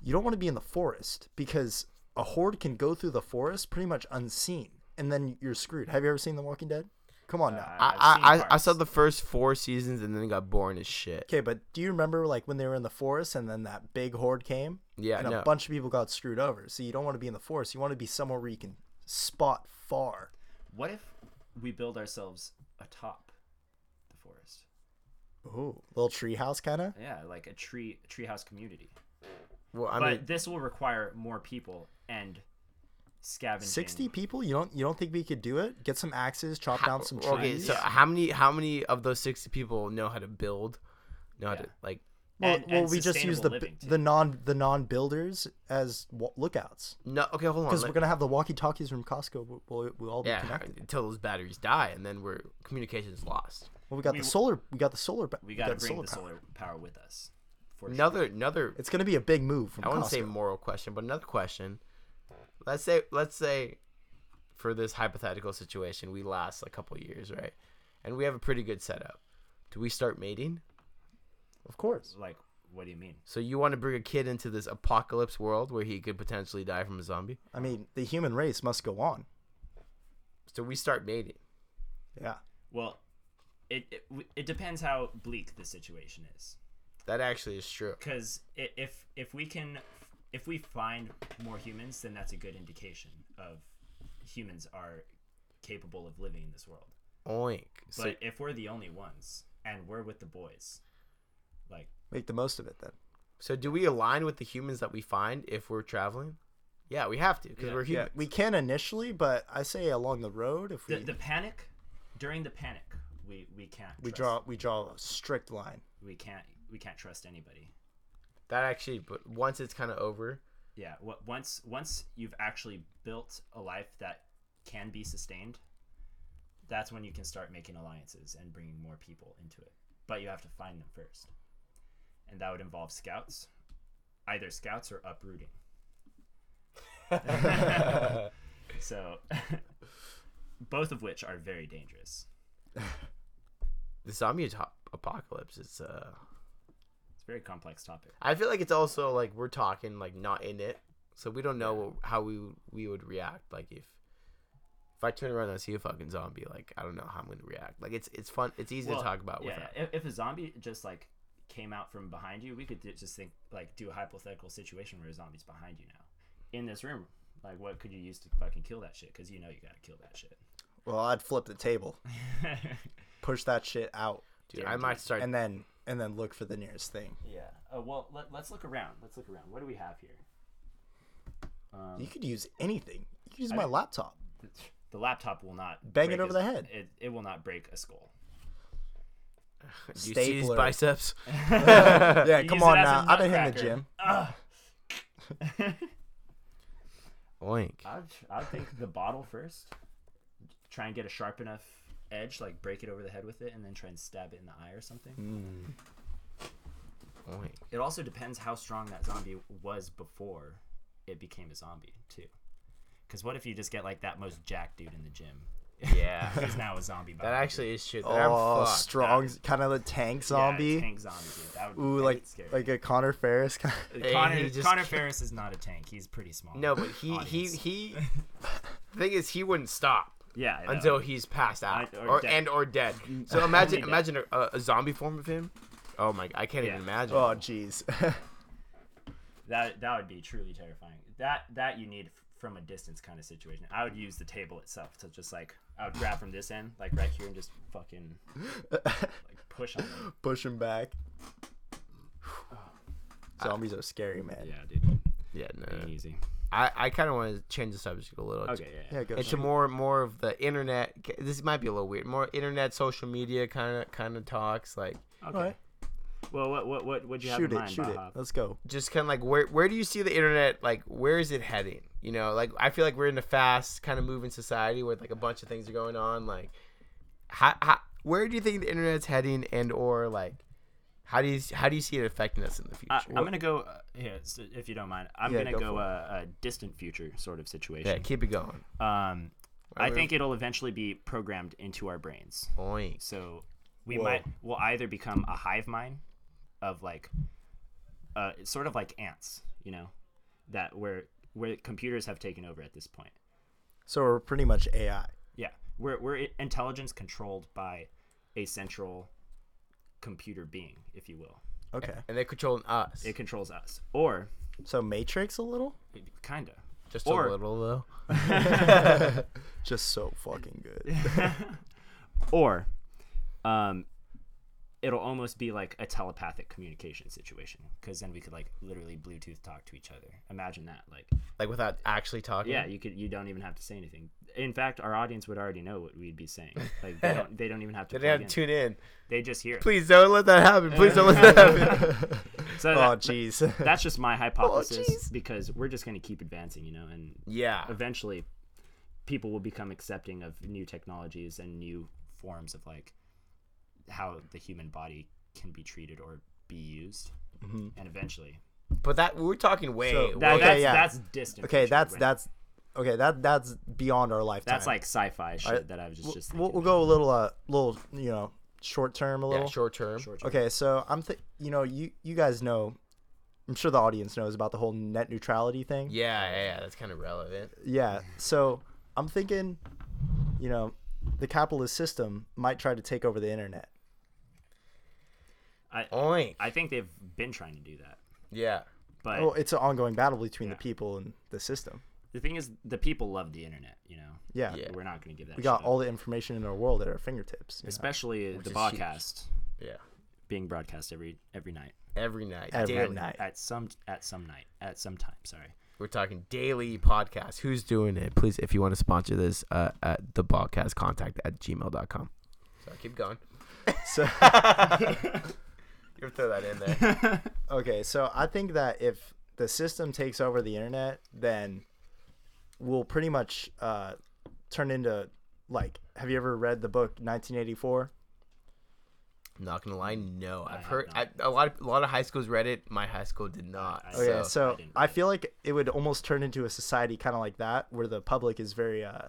Speaker 2: You don't want to be in the forest because a horde can go through the forest pretty much unseen, and then you're screwed. Have you ever seen The Walking Dead? Come on
Speaker 1: Uh,
Speaker 2: now.
Speaker 3: Uh, I've seen
Speaker 1: I, I, I
Speaker 3: parts.
Speaker 1: saw the first four seasons and then got boring as shit.
Speaker 2: Okay, but do you remember like when they were in the forest and then that big horde came?
Speaker 1: Yeah,
Speaker 2: and
Speaker 1: no.
Speaker 2: a bunch of people got screwed over. So you don't want to be in the forest. You want to be somewhere where you can spot far.
Speaker 3: What if we build ourselves atop the forest?
Speaker 2: Ooh, little treehouse kind of.
Speaker 3: Yeah, like a tree treehouse community.
Speaker 1: Well, I
Speaker 3: but
Speaker 1: mean,
Speaker 3: this will require more people and scavenging.
Speaker 2: Sixty people. You don't. You don't think we could do it? Get some axes, chop down some trees.
Speaker 1: okay. So how many how many of those sixty people know how to build? Know how
Speaker 3: Yeah.
Speaker 1: to like?
Speaker 2: well,
Speaker 3: and-
Speaker 2: well,
Speaker 3: and
Speaker 2: we just use the
Speaker 3: sustainable living, too.
Speaker 2: the non the non builders as wa- lookouts
Speaker 1: No. Okay, hold on.
Speaker 2: because
Speaker 1: let-
Speaker 2: we're gonna have the walkie talkies from Costco. We'll, we'll, we'll all be
Speaker 1: yeah,
Speaker 2: connected.
Speaker 1: until those batteries die, and then we're communications lost.
Speaker 2: Well, we got
Speaker 3: we-
Speaker 2: the solar. We got the solar. ba-
Speaker 3: We got to bring the
Speaker 2: power.
Speaker 3: solar power with us. For sure.
Speaker 1: Another another
Speaker 2: It's gonna be a big move from
Speaker 1: I wouldn't
Speaker 2: Costco.
Speaker 1: say moral question, but another question. Let's say let's say for this hypothetical situation, we last a couple years, right? And we have a pretty good setup. Do we start mating?
Speaker 2: of course.
Speaker 3: Like, what do you mean?
Speaker 1: So you want to bring a kid into this apocalypse world where he could potentially die from a zombie?
Speaker 2: I mean, the human race must go on.
Speaker 1: So we start mating.
Speaker 2: Yeah.
Speaker 3: Well, it it, w- it depends how bleak the situation is.
Speaker 1: That actually is true.
Speaker 3: Because if if we can, if we find more humans, then that's a good indication of humans are capable of living in this world.
Speaker 1: Oink.
Speaker 3: But
Speaker 1: So
Speaker 3: if we're the only ones and we're with the boys, like
Speaker 2: Make the most of it then.
Speaker 1: so do we align with the humans that we find if we're traveling? Yeah, we have to because
Speaker 3: Yeah.
Speaker 1: we're
Speaker 2: Yeah,
Speaker 1: humans.
Speaker 2: we can initially, but I say along the road if we
Speaker 3: the, the panic, during the panic, we we can't
Speaker 2: we
Speaker 3: trust-
Speaker 2: draw we draw a strict line.
Speaker 3: we can't we can't trust anybody.
Speaker 1: That actually, but once it's kind of over,
Speaker 3: Yeah. What once once you've actually built a life that can be sustained, that's when you can start making alliances and bringing more people into it. But you have to find them first, and that would involve scouts, either scouts or uprooting. (laughs) so, (laughs) both of which are very dangerous.
Speaker 1: the zombie atop- apocalypse is uh
Speaker 3: It's a very complex topic.
Speaker 1: I feel like it's also like we're talking like not in it, so we don't know what, how we we would react. Like if if I turn around and I see a fucking zombie, like I don't know how I'm gonna react. Like it's it's fun. It's easy
Speaker 3: Well,
Speaker 1: to talk about
Speaker 3: Yeah,
Speaker 1: without.
Speaker 3: if, if a zombie just like came out from behind you, we could d- just think like do a hypothetical situation where a zombie's behind you now in this room. Like, what could you use to fucking kill that shit? Because you know you gotta kill that shit. (laughs)
Speaker 2: Well, I'd flip the table, push that shit out,
Speaker 1: Dude, I might start.
Speaker 2: and then and then look for the nearest thing.
Speaker 3: yeah. Uh, well, let, let's look around. Let's look around. What do we have here? Um,
Speaker 2: You could use anything. You could use my laptop.
Speaker 3: the, the laptop will not
Speaker 2: Bang it
Speaker 3: break
Speaker 2: over the
Speaker 3: a-
Speaker 2: head.
Speaker 3: It, it will not break a skull.
Speaker 1: do you see his
Speaker 2: stapler.
Speaker 3: (laughs)
Speaker 1: biceps?
Speaker 2: (laughs) yeah,
Speaker 3: You
Speaker 2: come
Speaker 3: use it
Speaker 2: on
Speaker 3: as a
Speaker 2: now. I've been hitting the
Speaker 3: nutcracker.
Speaker 2: gym.
Speaker 1: Oink.
Speaker 3: I'd I'd think the bottle first. Try and get a sharp enough edge, like break it over the head with it, and then try and stab it in the eye or something.
Speaker 1: Oink.
Speaker 3: It also depends how strong that zombie was before it became a zombie, too. Because what if you just get like that most jack dude in the gym? (laughs)
Speaker 1: Yeah.
Speaker 3: He's now a zombie.
Speaker 1: that actually is shit. That
Speaker 2: Oh,
Speaker 1: I'm fucked.
Speaker 2: strong, kind of the tank zombie.
Speaker 3: tank zombie, dude. That would
Speaker 2: Ooh,
Speaker 3: be
Speaker 2: like
Speaker 3: scary.
Speaker 2: like a Connor Ferris. Kind
Speaker 1: Hey,
Speaker 3: Connor,
Speaker 1: he just-
Speaker 3: Connor Ferris is not a tank. He's pretty small.
Speaker 1: No, but he he (laughs)
Speaker 3: Audience. (laughs)
Speaker 1: he. The thing is, he wouldn't stop.
Speaker 3: yeah. I know.
Speaker 1: until he's passed out
Speaker 3: I-
Speaker 1: or,
Speaker 3: or dead. Mm.
Speaker 1: and or dead. So
Speaker 3: (laughs)
Speaker 1: imagine
Speaker 3: dead.
Speaker 1: imagine a, a zombie form of him. Oh my! I can't
Speaker 3: Yeah.
Speaker 1: even imagine.
Speaker 2: oh, jeez. (laughs)
Speaker 3: that that would be truly terrifying. That that you need f- from a distance kind of situation. I would use the table itself to just like I would grab from this end, like right here, and just
Speaker 2: (laughs)
Speaker 3: fucking like push on them.
Speaker 2: push him back.
Speaker 1: Ah.
Speaker 2: Zombies are scary, man.
Speaker 3: Yeah, dude.
Speaker 1: yeah, no. no.
Speaker 3: Ain't easy.
Speaker 1: I, I kind of want to change the subject a little.
Speaker 3: Okay, yeah. yeah.
Speaker 2: Yeah, go.
Speaker 1: Into more more of the internet. This might be a little weird. More internet, social media kind of kind of talks. Like
Speaker 3: Okay.
Speaker 2: Alright.
Speaker 3: Well, what what what would you have
Speaker 2: shoot
Speaker 3: in
Speaker 2: it,
Speaker 3: mind,
Speaker 2: shoot it.
Speaker 3: Baja?
Speaker 2: Let's go.
Speaker 1: just kind of like where where do you see the internet like where is it heading you know like i feel like we're in a fast kind of moving society where like a bunch of things are going on like how, how where do you think the internet's heading and or like how do you how do you see it affecting us in the future
Speaker 3: I, I'm gonna go uh, here s- if you don't mind. I'm
Speaker 2: Yeah,
Speaker 3: gonna
Speaker 2: go
Speaker 3: go,
Speaker 2: for
Speaker 3: uh, a distant future sort of
Speaker 1: yeah
Speaker 3: situation.
Speaker 1: keep it going
Speaker 3: Um, I
Speaker 1: we-
Speaker 3: think it'll eventually be programmed into our brains.
Speaker 1: Oink.
Speaker 3: So we
Speaker 2: Whoa.
Speaker 3: might will either become a hive mind of like uh it's sort of like ants, you know, that where where computers have taken over at this point.
Speaker 2: So we're pretty much AI.
Speaker 3: Yeah. We're we're i- intelligence controlled by a central computer being, if you will.
Speaker 2: Okay.
Speaker 1: and they're controlling us
Speaker 3: It controls us. Or
Speaker 2: So Matrix a little?
Speaker 3: kinda.
Speaker 1: just
Speaker 3: or-
Speaker 1: a little though
Speaker 2: Just so fucking good.
Speaker 3: (laughs)
Speaker 2: (laughs)
Speaker 3: Or um it'll almost be like a telepathic communication situation because then we could like literally bluetooth talk to each other imagine that like
Speaker 1: like without actually talking
Speaker 3: Yeah, you could. You don't even have to say anything. In fact, our audience would already know what we'd be saying. Like they don't. They don't even have
Speaker 1: (laughs)
Speaker 3: to.
Speaker 1: they didn't
Speaker 3: plug
Speaker 1: have to tune in
Speaker 3: in. They just hear. It.
Speaker 1: please don't let that happen please don't let that happen
Speaker 2: (laughs)
Speaker 3: So
Speaker 2: Oh
Speaker 3: that,
Speaker 2: jeez. (laughs)
Speaker 3: that's just my hypothesis
Speaker 1: jeez.
Speaker 3: because we're just going to keep advancing, you know, and
Speaker 1: yeah
Speaker 3: eventually, people will become accepting of new technologies and new forms of like how the human body can be treated or be used, and eventually,
Speaker 1: but that we're talking way
Speaker 2: So-
Speaker 1: way-
Speaker 3: that,
Speaker 2: Mm-hmm. Okay,
Speaker 3: that's,
Speaker 2: yeah.
Speaker 3: that's distant.
Speaker 2: Okay,
Speaker 3: future,
Speaker 2: that's
Speaker 3: right?
Speaker 2: that's okay, that that's beyond our lifetime.
Speaker 3: that's like sci-fi shit
Speaker 2: Alright,
Speaker 3: that I was just
Speaker 2: we'll,
Speaker 3: just.
Speaker 2: we'll,
Speaker 3: thinking
Speaker 2: we'll
Speaker 3: about.
Speaker 2: go a little uh little, you know, short term a little.
Speaker 1: yeah, short term
Speaker 3: Short term.
Speaker 2: Okay, so I'm th- you know, you you guys know I'm sure the audience knows about the whole net neutrality thing.
Speaker 1: yeah yeah, yeah that's kind of relevant
Speaker 2: Yeah. So I'm thinking, you know, the capitalist system might try to take over the internet.
Speaker 3: I
Speaker 1: Oink.
Speaker 3: I think they've been trying to do that,
Speaker 1: yeah
Speaker 3: but
Speaker 2: Well, it's an ongoing battle between
Speaker 3: Yeah.
Speaker 2: the people and the system.
Speaker 3: the thing is the people love the internet you know
Speaker 2: Yeah.
Speaker 1: Yeah.
Speaker 3: we're not going to give that
Speaker 2: We got
Speaker 3: shit up.
Speaker 2: all the information in our world at our fingertips. you know?
Speaker 3: especially the
Speaker 1: is huge.
Speaker 3: podcast
Speaker 1: yeah
Speaker 3: being broadcast every every night
Speaker 1: every night.
Speaker 2: Every
Speaker 1: daily.
Speaker 2: night.
Speaker 3: at some at some night at some time sorry
Speaker 1: We're talking daily podcast. Who's doing it? Please, if you want to sponsor this, uh, at the podcast contact at gmail.com. So keep going. (laughs)
Speaker 2: So
Speaker 1: You throw that in there.
Speaker 2: okay, so I think that if the system takes over the internet, then we'll pretty much uh, turn into like. Have you ever read the book 1984?
Speaker 1: not gonna lie, no. I've
Speaker 3: have
Speaker 1: heard I,
Speaker 3: not.
Speaker 1: a lot. Of, a lot of high schools read it. My high school did not.
Speaker 3: I-
Speaker 1: so,
Speaker 2: Okay,
Speaker 3: yeah,
Speaker 2: so,
Speaker 3: I didn't
Speaker 2: I,
Speaker 3: read
Speaker 2: feel like it would almost turn into a society kind of like that, where the public is very, uh,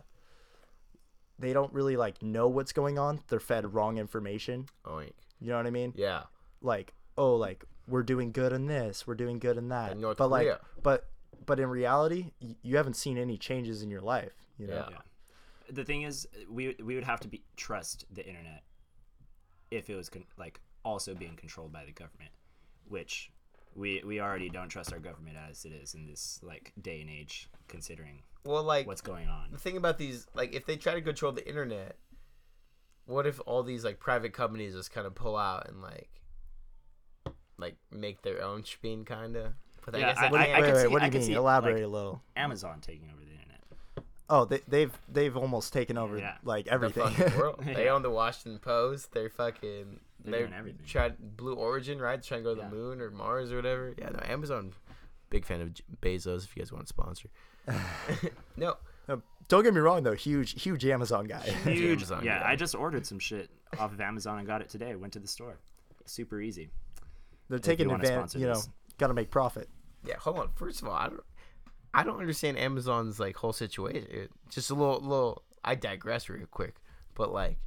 Speaker 2: they don't really like know what's going on. They're fed wrong information.
Speaker 1: oink.
Speaker 2: You know what I mean?
Speaker 1: Yeah.
Speaker 2: Like, oh, like we're doing good in this, we're doing good in that.
Speaker 1: Like North
Speaker 2: but like,
Speaker 1: Korea.
Speaker 2: but but in reality, y- you haven't seen any changes in your life. You know?
Speaker 1: Yeah.
Speaker 3: yeah the thing is we we would have to be trust the internet if it was con- like also being controlled by the government which we we already don't trust our government as it is in this like day and age considering
Speaker 1: Well, like
Speaker 3: what's going on
Speaker 1: the thing about these, like, if they try to control the internet, what if all these like private companies just kind of pull out and like, like make their own spin, kind of? But
Speaker 3: Yeah, I-
Speaker 1: that
Speaker 3: I-
Speaker 1: can't-
Speaker 3: I
Speaker 2: Wait,
Speaker 3: could
Speaker 2: wait,
Speaker 3: see-
Speaker 2: what do
Speaker 3: I
Speaker 2: you
Speaker 3: could
Speaker 2: mean?
Speaker 3: see,
Speaker 2: Elaborate
Speaker 3: like-
Speaker 2: a little.
Speaker 3: amazon taking over the internet
Speaker 2: Oh, they, they've they've almost taken over
Speaker 3: Yeah.
Speaker 2: like
Speaker 1: the
Speaker 2: everything.
Speaker 1: fucking
Speaker 2: (laughs)
Speaker 1: world. They
Speaker 3: (laughs) Yeah.
Speaker 1: own the Washington Post. They're fucking.
Speaker 3: They're
Speaker 1: They're,
Speaker 3: doing everything.
Speaker 1: Tried Blue Origin, right? Trying to go to
Speaker 3: Yeah.
Speaker 1: the moon or Mars or whatever. Yeah, no. Amazon, big fan of J- Bezos. If you guys want to
Speaker 3: (laughs)
Speaker 1: sponsor, (laughs) no.
Speaker 2: No, Um, Don't get me wrong though, huge (laughs) huge
Speaker 1: (laughs)
Speaker 2: Amazon guy.
Speaker 3: huge.
Speaker 1: Amazon,
Speaker 3: yeah,
Speaker 1: yeah.
Speaker 3: I just ordered some shit off of Amazon and got it today. Went to the store. Super easy.
Speaker 2: They're taking
Speaker 3: wanna
Speaker 2: advantage.
Speaker 3: sponsor
Speaker 2: You know,
Speaker 3: this.
Speaker 2: got to make profit.
Speaker 1: Yeah, hold on. First of all, I don't. I don't understand Amazon's like whole situation. It- just a little, little. I digress real quick, but like,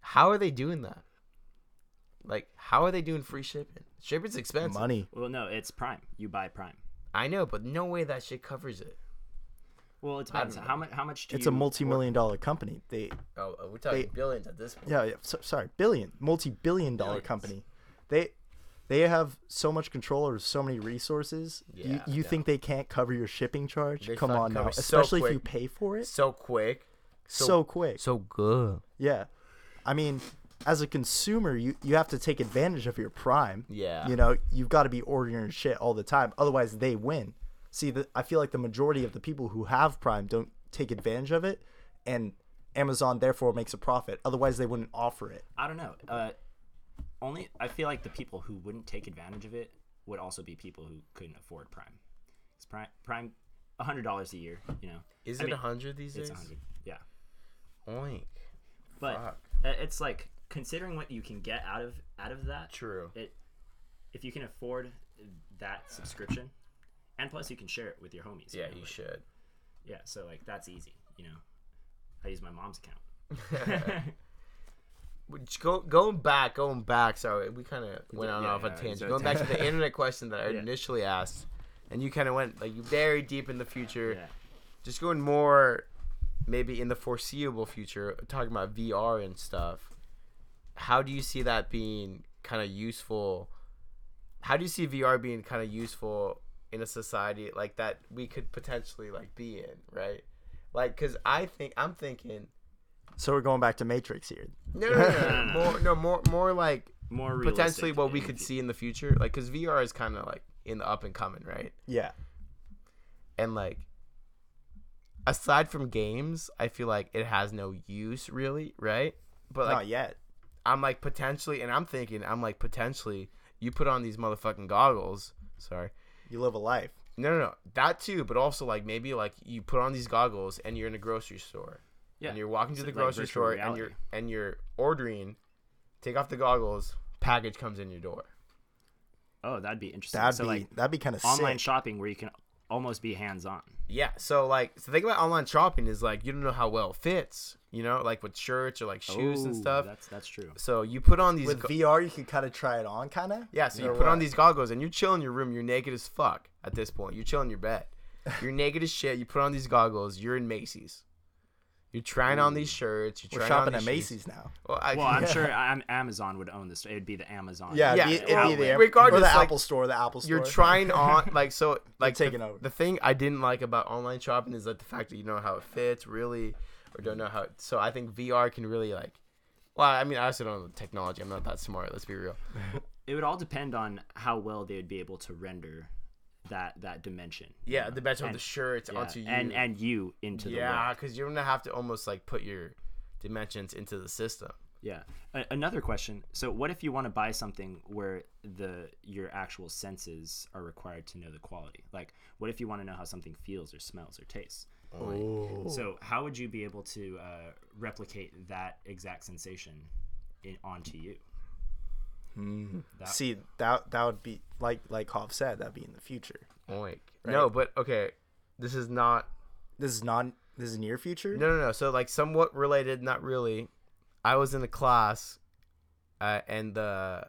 Speaker 1: how are they doing that? Like, how are they doing free shipping? Shipping's expensive.
Speaker 2: Money.
Speaker 3: Well, no, it's Prime. You buy Prime.
Speaker 1: I know, but no way that shit covers it.
Speaker 3: Well, it's depends. How much? How much do
Speaker 2: It's
Speaker 3: you?
Speaker 2: a multi-million dollar company. They
Speaker 1: Oh, we're talking
Speaker 2: They-
Speaker 1: billions at this point.
Speaker 2: yeah, yeah so, sorry, billion, multi-billion dollar
Speaker 1: Billions.
Speaker 2: company. They they have so much control over so many resources.
Speaker 1: Yeah,
Speaker 2: you you
Speaker 1: yeah.
Speaker 2: think they can't cover your shipping charge?
Speaker 1: They
Speaker 2: Come
Speaker 1: fucking
Speaker 2: on now,
Speaker 1: cover so
Speaker 2: especially if you
Speaker 1: quick.
Speaker 2: pay for it
Speaker 1: so quick,
Speaker 2: so, quick.
Speaker 1: so good.
Speaker 2: Yeah, I mean, as a consumer, you you have to take advantage of your Prime.
Speaker 1: Yeah.
Speaker 2: you know, you've got to be ordering shit all the time. Otherwise, they win. See, the, I feel like the majority of the people who have Prime don't take advantage of it, and Amazon therefore makes a profit. Otherwise, they wouldn't offer it.
Speaker 3: I don't know. Uh, only I feel like the people who wouldn't take advantage of it would also be people who couldn't afford Prime. It's Prime Prime hundred dollars a year, you know.
Speaker 1: Is
Speaker 3: I
Speaker 1: it
Speaker 3: mean,
Speaker 1: a hundred these
Speaker 3: It's
Speaker 1: days?
Speaker 3: a hundred. Yeah.
Speaker 1: Oink.
Speaker 3: But
Speaker 1: Fuck.
Speaker 3: uh, it's like considering what you can get out of out of that.
Speaker 1: True.
Speaker 3: It if you can afford that subscription and plus you can share it with your homies.
Speaker 1: Yeah,
Speaker 3: know,
Speaker 1: you
Speaker 3: like-
Speaker 1: should.
Speaker 3: Yeah, so like that's easy, you know. I use my mom's account.
Speaker 1: (laughs)
Speaker 3: (laughs)
Speaker 1: Which go, going back, going back. Sorry, we kind of went
Speaker 3: did-
Speaker 1: on
Speaker 3: yeah,
Speaker 1: off on a
Speaker 3: yeah,
Speaker 1: tangent.
Speaker 3: so-
Speaker 1: going back to the internet question that I
Speaker 3: (laughs) Yeah.
Speaker 1: initially asked, and you kind of went like very deep in the future.
Speaker 3: Yeah.
Speaker 1: Just going more, maybe in the foreseeable future, talking about VR and stuff. How do you see that being kind of useful? How do you see VR being kind of useful in a society like that we could potentially like be in, right? Like, cause I think I'm thinking
Speaker 2: So we're going back to Matrix here.
Speaker 1: no, no, no,
Speaker 3: (laughs)
Speaker 1: no, more, no, more, more like
Speaker 3: More realistic
Speaker 1: potentially what we
Speaker 3: and-
Speaker 1: could see in the future like because vr is kind of like in the up and coming right
Speaker 2: Yeah.
Speaker 1: and like aside from games i feel like it has no use really right but like
Speaker 2: Not yet.
Speaker 1: i'm like potentially and i'm thinking i'm like potentially you put on these motherfucking goggles sorry
Speaker 2: You live a life.
Speaker 1: no no no that too but also like maybe like you put on these goggles and you're in a grocery store
Speaker 3: Yeah.
Speaker 1: and you're walking to
Speaker 3: It's
Speaker 1: the
Speaker 3: like
Speaker 1: grocery
Speaker 3: virtual
Speaker 1: store and
Speaker 3: reality.
Speaker 1: you're and you're ordering take off the goggles package comes in your door
Speaker 3: Oh, that'd be interesting.
Speaker 2: That'd
Speaker 3: so
Speaker 2: be
Speaker 3: like
Speaker 2: that'd be kind of
Speaker 3: online
Speaker 2: sick.
Speaker 3: shopping where you can almost be hands on.
Speaker 1: Yeah. So like, so think about online shopping is like you don't know how well it fits. You know, like with shirts or like shoes and stuff.
Speaker 3: That's that's true.
Speaker 1: So you put on these.
Speaker 2: With
Speaker 1: go-
Speaker 2: VR, you could kind of try it on, kind of.
Speaker 1: yeah. So you put on these goggles and you're chilling in your room. You're naked as fuck at this point. You're chilling in your
Speaker 2: (laughs)
Speaker 1: bed. You're naked as shit. You put on these goggles. You're in Macy's. You're trying on these shirts. You're
Speaker 2: We're
Speaker 1: trying on
Speaker 2: shopping at
Speaker 1: these shoes.
Speaker 2: Macy's now.
Speaker 1: Well, I,
Speaker 3: Well, I'm sure I'm, Amazon would own this. It'd be the Amazon.
Speaker 2: Yeah,
Speaker 1: Yeah,
Speaker 2: it'd be, it'd be
Speaker 1: outlet.
Speaker 2: the Am-
Speaker 1: Regardless,
Speaker 2: or the
Speaker 1: like,
Speaker 2: Apple Store, the Apple Store.
Speaker 1: you're trying on like so like the-
Speaker 2: taking over.
Speaker 1: the thing I didn't like about online shopping is like the fact that you don't know how it fits really or don't know how it, so I think VR can really like well I mean I also don't know the technology I'm not that smart let's be real
Speaker 3: It would all depend on how well they would be able to render that that dimension.
Speaker 1: yeah the best of the
Speaker 3: And-
Speaker 1: shirts
Speaker 3: Yeah,
Speaker 1: onto you
Speaker 3: and and you into the
Speaker 1: yeah
Speaker 3: world.
Speaker 1: because you're gonna have to almost like put your dimensions into the system
Speaker 3: Yeah. A- another question. So, what if you want to buy something where the your actual senses are required to know the quality? Like, what if you want to know how something feels or smells or tastes? So, how would you be able to uh, replicate that exact sensation in, onto you?
Speaker 2: See that that would be like like Hoff said, that'd be in the future.
Speaker 1: like no but okay this is not
Speaker 2: This is not this is near future.
Speaker 1: No, no, no. So like somewhat related, not really. I was in a class, uh, and the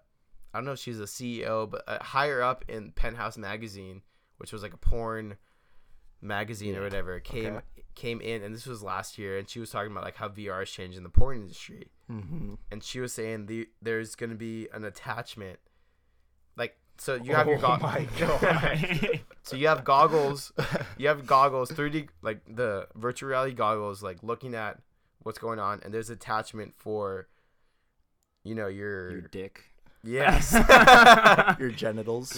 Speaker 1: I don't know if she's a CEO, but uh, higher up in Penthouse magazine, which was like a porn magazine or whatever, came came in, and this was last year, and she was talking about like how VR is changing the porn industry, mm-hmm. and she was saying the there's gonna be an attachment, like so you have your
Speaker 2: Oh
Speaker 1: gog- (laughs)
Speaker 2: my God.
Speaker 1: so you have goggles, you have goggles, 3D like the virtual reality goggles, like looking at what's going on, and there's attachment for, you know, your,
Speaker 3: Your dick.
Speaker 2: (laughs)
Speaker 1: yes,
Speaker 2: Your genitals.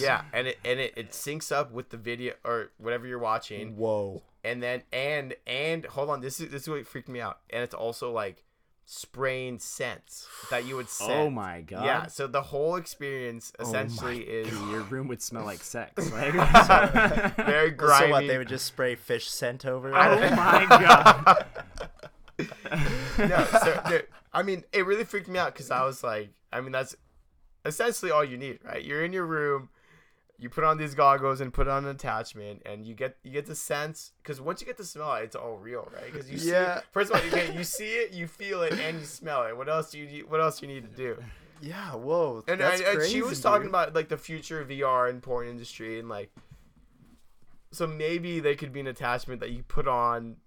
Speaker 1: (laughs) yeah, and it and it, it syncs up with the video or whatever you're watching,
Speaker 2: Whoa.
Speaker 1: and then and and hold on, this is this is what freaked me out, and it's also like spraying scents that you would sense.
Speaker 3: Oh my god.
Speaker 1: Yeah, so the whole experience
Speaker 2: Oh
Speaker 1: essentially is
Speaker 3: Your room would smell like (laughs) sex. Like, oh
Speaker 1: very grimy.
Speaker 2: (laughs) So what? They would just spray fish scent over. it?
Speaker 3: (laughs) my god.
Speaker 1: (laughs) no, so
Speaker 2: (laughs)
Speaker 1: dude, I mean, it really freaked me out because I was like, I mean, that's essentially all you need, right? You're in your room, you put on these goggles and put on an attachment, and you get you get the sense because once you get to smell it, it's all real, right? Because you see,
Speaker 2: Yeah.
Speaker 1: first of all, you get
Speaker 2: (laughs)
Speaker 1: you see it, you feel it, and you smell it. What else do you need- what else you need to do?
Speaker 2: (laughs) Yeah. Whoa.
Speaker 1: And,
Speaker 2: that's
Speaker 1: and, and
Speaker 2: crazy,
Speaker 1: she was talking
Speaker 2: dude.
Speaker 1: about like the future of VR and porn industry and like so maybe they could be an attachment that you put on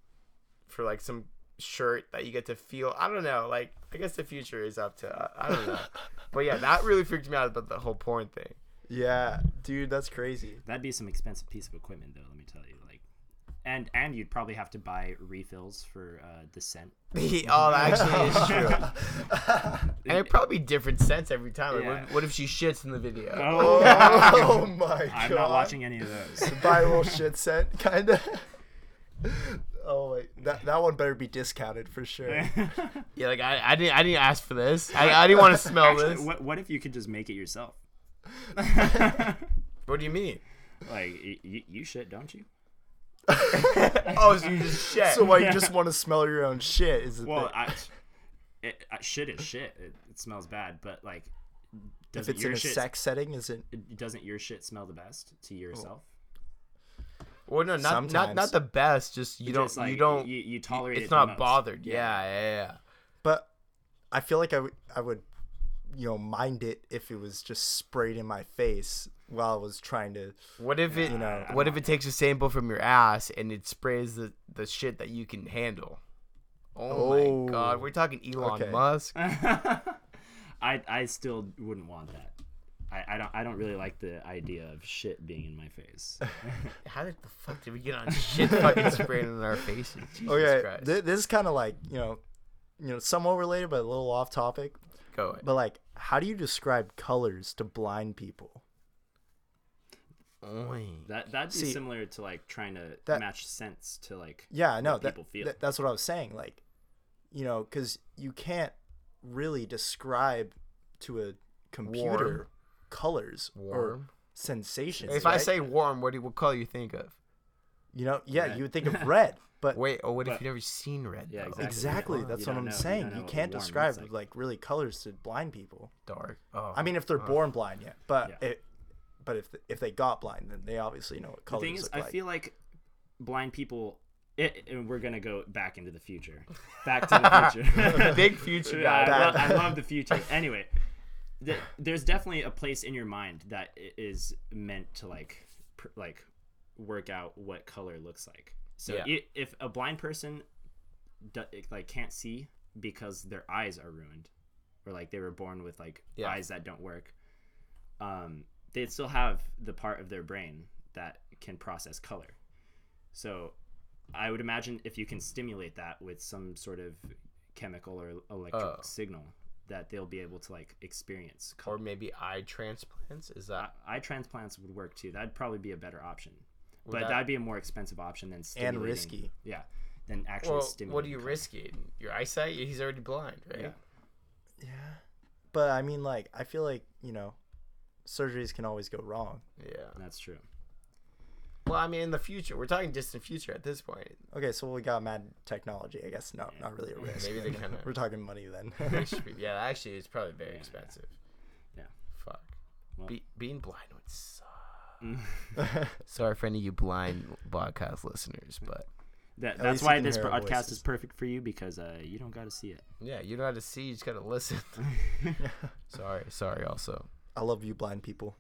Speaker 1: for like some shirt that you get to feel I don't know like I guess the future is up to uh, I I don't
Speaker 2: (laughs)
Speaker 1: know but yeah that really freaked me out about the whole porn thing (laughs)
Speaker 2: Yeah, dude, that's crazy.
Speaker 3: That'd be some expensive piece of equipment, though. Let me tell you, like, and and you'd probably have to buy refills for uh, the scent.
Speaker 1: oh that actually
Speaker 2: (laughs)
Speaker 1: is true and it probably different sense every time like,
Speaker 3: Yeah.
Speaker 1: what, what if she shits in the video
Speaker 3: (laughs)
Speaker 2: (laughs) Oh my god. (laughs)
Speaker 3: I'm not watching any of those.
Speaker 2: Viral shit scent, kinda. (laughs) Oh wait, that that one better be discounted
Speaker 1: (laughs)
Speaker 2: for sure.
Speaker 1: Yeah, like I, I didn't I didn't ask for this. I, I didn't want
Speaker 2: (laughs)
Speaker 1: to smell
Speaker 3: Actually,
Speaker 1: this. What?
Speaker 3: what, what if you could just make it yourself?
Speaker 1: do you
Speaker 2: (laughs)
Speaker 1: mean?
Speaker 3: Like y- y- you shit, don't you?
Speaker 1: Oh, so you just shit.
Speaker 2: so why you just want to smell your own shit? Is the
Speaker 3: Well,
Speaker 2: thing.
Speaker 3: I, it, I shit is shit. It, it smells bad, but like,
Speaker 2: if
Speaker 3: doesn't
Speaker 2: it's
Speaker 3: your
Speaker 2: in a
Speaker 3: shit
Speaker 2: sex setting, is it?
Speaker 3: doesn't your shit smell the best to yourself?
Speaker 1: well, no, not, not not
Speaker 2: Sometimes.
Speaker 1: the best. Just you don't
Speaker 3: Just, like,
Speaker 1: you don't.
Speaker 3: you, you tolerate it
Speaker 1: it's
Speaker 3: the
Speaker 1: not
Speaker 3: most.
Speaker 1: bothered. Yeah, yeah, yeah.
Speaker 2: But I feel like I would I would, you know, mind it if it was just sprayed in my face while I was trying to.
Speaker 1: What if it?
Speaker 2: know,
Speaker 1: what if it takes a sample from your ass and it sprays the the shit that you can handle? Oh,
Speaker 2: Oh.
Speaker 1: my god, we're talking Elon
Speaker 2: Okay.
Speaker 3: (laughs)
Speaker 1: Musk.
Speaker 3: I I still wouldn't want that. I, I don't I don't really like the idea of shit being in my face.
Speaker 1: How the fuck did we get on shit fucking spraying in our
Speaker 2: (laughs)
Speaker 1: faces? Jesus
Speaker 2: Okay,
Speaker 1: Christ.
Speaker 2: th- this is kind of like you know, you know, somewhat related but a little off topic.
Speaker 1: Go ahead.
Speaker 2: But like, how do you describe colors to blind people?
Speaker 1: Oink.
Speaker 3: That that'd be
Speaker 2: See-
Speaker 3: similar to like trying to
Speaker 2: That-
Speaker 3: match sense to like
Speaker 2: Yeah, no,
Speaker 3: what
Speaker 2: that,
Speaker 3: people feel.
Speaker 2: that- that's what I was saying. Like, you know, because you can't really describe to a computer
Speaker 1: Warm.
Speaker 2: colors or
Speaker 1: Warm.
Speaker 2: sensations.
Speaker 1: If I
Speaker 2: right?
Speaker 1: say warm, what do you, what color you think of?
Speaker 2: you know, yeah,
Speaker 3: Red.
Speaker 2: you would
Speaker 1: (laughs)
Speaker 2: think of red, but
Speaker 1: Wait, or what if
Speaker 3: But-
Speaker 1: you've never seen red?
Speaker 3: Yeah,
Speaker 1: though?
Speaker 3: exactly.
Speaker 2: exactly,
Speaker 3: You
Speaker 2: that's
Speaker 3: don't
Speaker 2: what I'm
Speaker 3: know- you
Speaker 2: saying.
Speaker 3: don't know
Speaker 2: You
Speaker 3: what
Speaker 2: can't
Speaker 3: warm
Speaker 2: describe
Speaker 3: looks
Speaker 2: like.
Speaker 3: like.
Speaker 2: really colors to blind people.
Speaker 1: Dark. Oh, (laughs)
Speaker 2: I mean, if they're born blind, yeah, but it, but if if they got blind, then they obviously know what
Speaker 3: The
Speaker 2: colors
Speaker 3: thing is,
Speaker 2: look
Speaker 3: I
Speaker 2: like.
Speaker 3: feel like blind people. It, and we're gonna go back into the future. Back
Speaker 2: (laughs)
Speaker 3: to the future.
Speaker 1: big future guy.
Speaker 3: Yeah, I,
Speaker 2: Bad.
Speaker 3: love,
Speaker 1: (laughs)
Speaker 3: I love the future. Anyway, th- there's definitely a place in your mind that i- is meant to like, pr- like, work out what color looks like. So
Speaker 1: Yeah.
Speaker 3: i- if a blind person, do, like, can't see because their eyes are ruined, or like they were born with like
Speaker 1: Yeah.
Speaker 3: eyes that don't work, um, they still have the part of their brain that can process color. So I would imagine if you can stimulate that with some sort of chemical or electric
Speaker 1: Oh.
Speaker 3: signal, that they'll be able to like experience
Speaker 1: Or
Speaker 3: color.
Speaker 1: maybe eye transplants. Is
Speaker 3: Eye-
Speaker 1: that?
Speaker 3: Eye transplants would work too. That'd probably be a better option,
Speaker 1: Would
Speaker 3: but
Speaker 1: that-
Speaker 3: that... would be a more expensive option than stimulating.
Speaker 2: risky.
Speaker 3: Yeah, than actually
Speaker 1: Well,
Speaker 3: stimulating.
Speaker 1: what are you
Speaker 3: color.
Speaker 1: risking? Your eyesight? He's already blind, right?
Speaker 3: Yeah.
Speaker 2: Yeah. But I mean, like, I feel like, you know, surgeries can always go wrong.
Speaker 1: Yeah.
Speaker 3: That's true.
Speaker 1: Well, I mean, in the future, we're talking distant future at this (laughs) point.
Speaker 2: Okay, so we got mad technology. I guess no, not really a risk. (laughs)
Speaker 1: Maybe they kinda-
Speaker 2: We're talking money
Speaker 3: (laughs)
Speaker 2: then.
Speaker 1: They should be- yeah, actually, it's probably very
Speaker 3: Yeah.
Speaker 1: expensive.
Speaker 3: Yeah.
Speaker 1: Fuck.
Speaker 3: Well-
Speaker 1: Be- being blind would suck. Mm. (laughs) Sorry for any of you blind podcast listeners, but
Speaker 3: That,
Speaker 2: least
Speaker 3: that's
Speaker 2: you
Speaker 3: why
Speaker 2: can
Speaker 3: this
Speaker 2: hear our
Speaker 3: podcast
Speaker 2: voices.
Speaker 3: is perfect for you because uh, you don't got to see it.
Speaker 1: yeah, you know how to see. You just gotta (laughs) listen. sorry, sorry. Also,
Speaker 2: I love you, blind
Speaker 3: (laughs)
Speaker 2: people.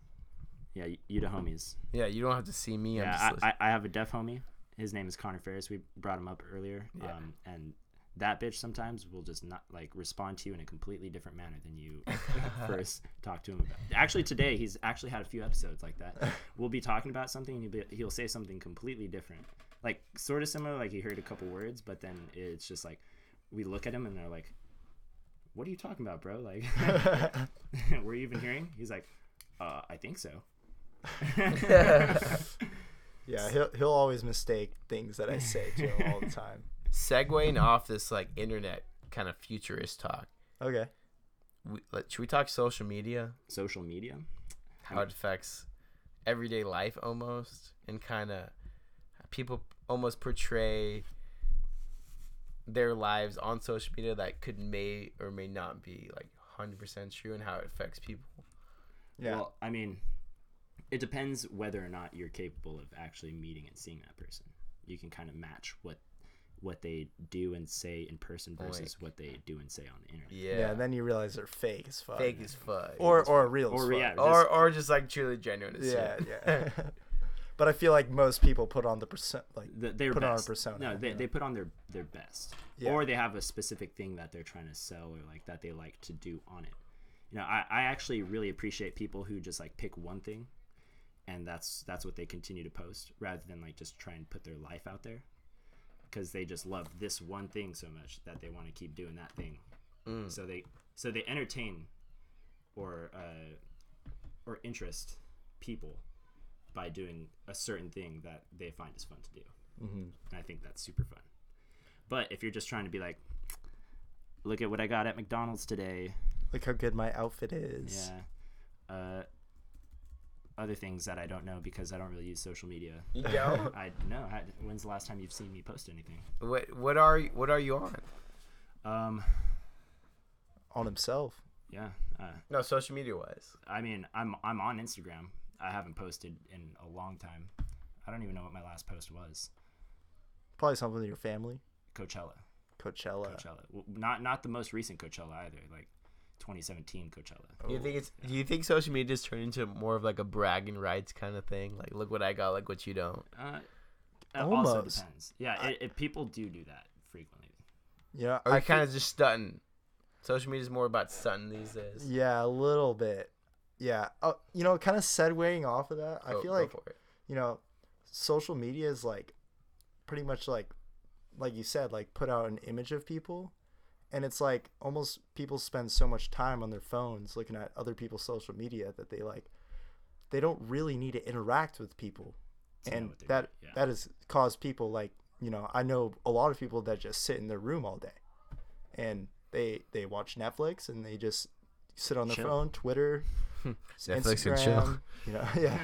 Speaker 3: Yeah, you, you the homies.
Speaker 1: yeah, you don't have to see me. I'm
Speaker 3: Yeah,
Speaker 1: just
Speaker 3: I,
Speaker 1: listening.
Speaker 3: I, I have a deaf homie. His name is Connor Ferris. We brought him up earlier. Um, and that bitch sometimes will just not like respond to you in a completely different manner than you first talk to him about. Actually, today he's actually had a few episodes like that. We'll be talking about something and he'll, be, he'll say something completely different, like sort of similar. Like he heard a couple words, but then it's just like we look at him and they're like, "What are you talking about, bro? Like, (laughs) were you even hearing?" He's like, uh, "I think so."
Speaker 2: Yeah, he'll he'll always mistake things that I say to him
Speaker 3: (laughs)
Speaker 2: all the time.
Speaker 1: segueing off this like internet kind of futurist talk.
Speaker 2: Okay.
Speaker 1: We, like, should we talk social media?
Speaker 3: Social media.
Speaker 1: how it affects everyday life almost and kind of people almost portray their lives on social media that could may or may not be like 100% true and how it affects people
Speaker 2: Yeah.
Speaker 3: Well, I mean, it depends whether or not you're capable of actually meeting and seeing that person. You can kind of match what what they do and say in person versus what they do and say on the internet.
Speaker 1: yeah,
Speaker 2: yeah. then you realize they're fake as fuck.
Speaker 1: fake as fuck
Speaker 2: or or real as
Speaker 3: Or
Speaker 2: fuck.
Speaker 3: yeah,
Speaker 1: or, or just like truly genuine as
Speaker 2: Yeah,
Speaker 1: yeah (laughs)
Speaker 2: yeah. (laughs) but I feel like most people put on the percent like
Speaker 3: just th- their
Speaker 2: Put on a
Speaker 3: best.
Speaker 2: persona,
Speaker 3: No, they,
Speaker 2: yeah.
Speaker 3: they put on their their best,
Speaker 2: Yeah.
Speaker 3: or they have a specific thing that they're trying to sell or like that they like to do on it. You know, I, I actually really appreciate people who just like pick one thing, and that's that's what they continue to post rather than like just try and put their life out there, because they just love this one thing so much that they want to keep doing that thing.
Speaker 2: Mm.
Speaker 3: So they so they entertain, or uh, or interest people by doing a certain thing that they find is fun to do. And I think that's super fun. But if you're just trying to be like, look at what I got at McDonald's today,
Speaker 2: Look how good my outfit is.
Speaker 3: yeah. Uh, other things that I don't know because I don't really use social media.
Speaker 1: Yo.
Speaker 3: I know. I, when's the last time you've seen me post anything?
Speaker 1: what what are y- what are you on?
Speaker 3: Um,
Speaker 2: On himself.
Speaker 3: yeah. Uh,
Speaker 1: No, social media wise.
Speaker 3: I mean, I'm I'm on Instagram. I haven't posted in a long time. I don't even know what my last post was.
Speaker 2: Probably something with your family.
Speaker 3: Coachella.
Speaker 2: Coachella.
Speaker 3: Coachella. W- Not not the most recent Coachella either. Like 2017 Coachella.
Speaker 1: Do you think it's do you think social media just turned into more of like a bragging rights kind of thing? Like look what I got, like what you don't.
Speaker 3: Uh, it also
Speaker 2: Almost.
Speaker 3: depends. Yeah, it, it, people do do that frequently.
Speaker 2: Yeah.
Speaker 1: Or
Speaker 2: I
Speaker 1: Oh, you kind
Speaker 2: kind
Speaker 1: of just stunting. Social media is more about stunting these days.
Speaker 2: of. Yeah, a little bit. Yeah. Oh, you know, kind of segueing off of that, I
Speaker 1: Oh, Go-
Speaker 2: feel
Speaker 1: go
Speaker 2: like
Speaker 1: for it.
Speaker 2: you know, social media is like pretty much like like you said, like put out an image of people and it's like almost people spend so much time on their phones looking at other people's social media that they like they don't really need to interact with people.
Speaker 3: To know
Speaker 2: and
Speaker 3: what they're
Speaker 2: that
Speaker 3: doing, yeah.
Speaker 2: that has caused people like, you know, I know a lot of people that just sit in their room all day and they they watch Netflix and they just sit on their
Speaker 3: Chill.
Speaker 2: phone,
Speaker 3: (laughs)
Speaker 2: Twitter,
Speaker 1: Netflix and chill.
Speaker 2: Instagram, You know, (laughs) yeah.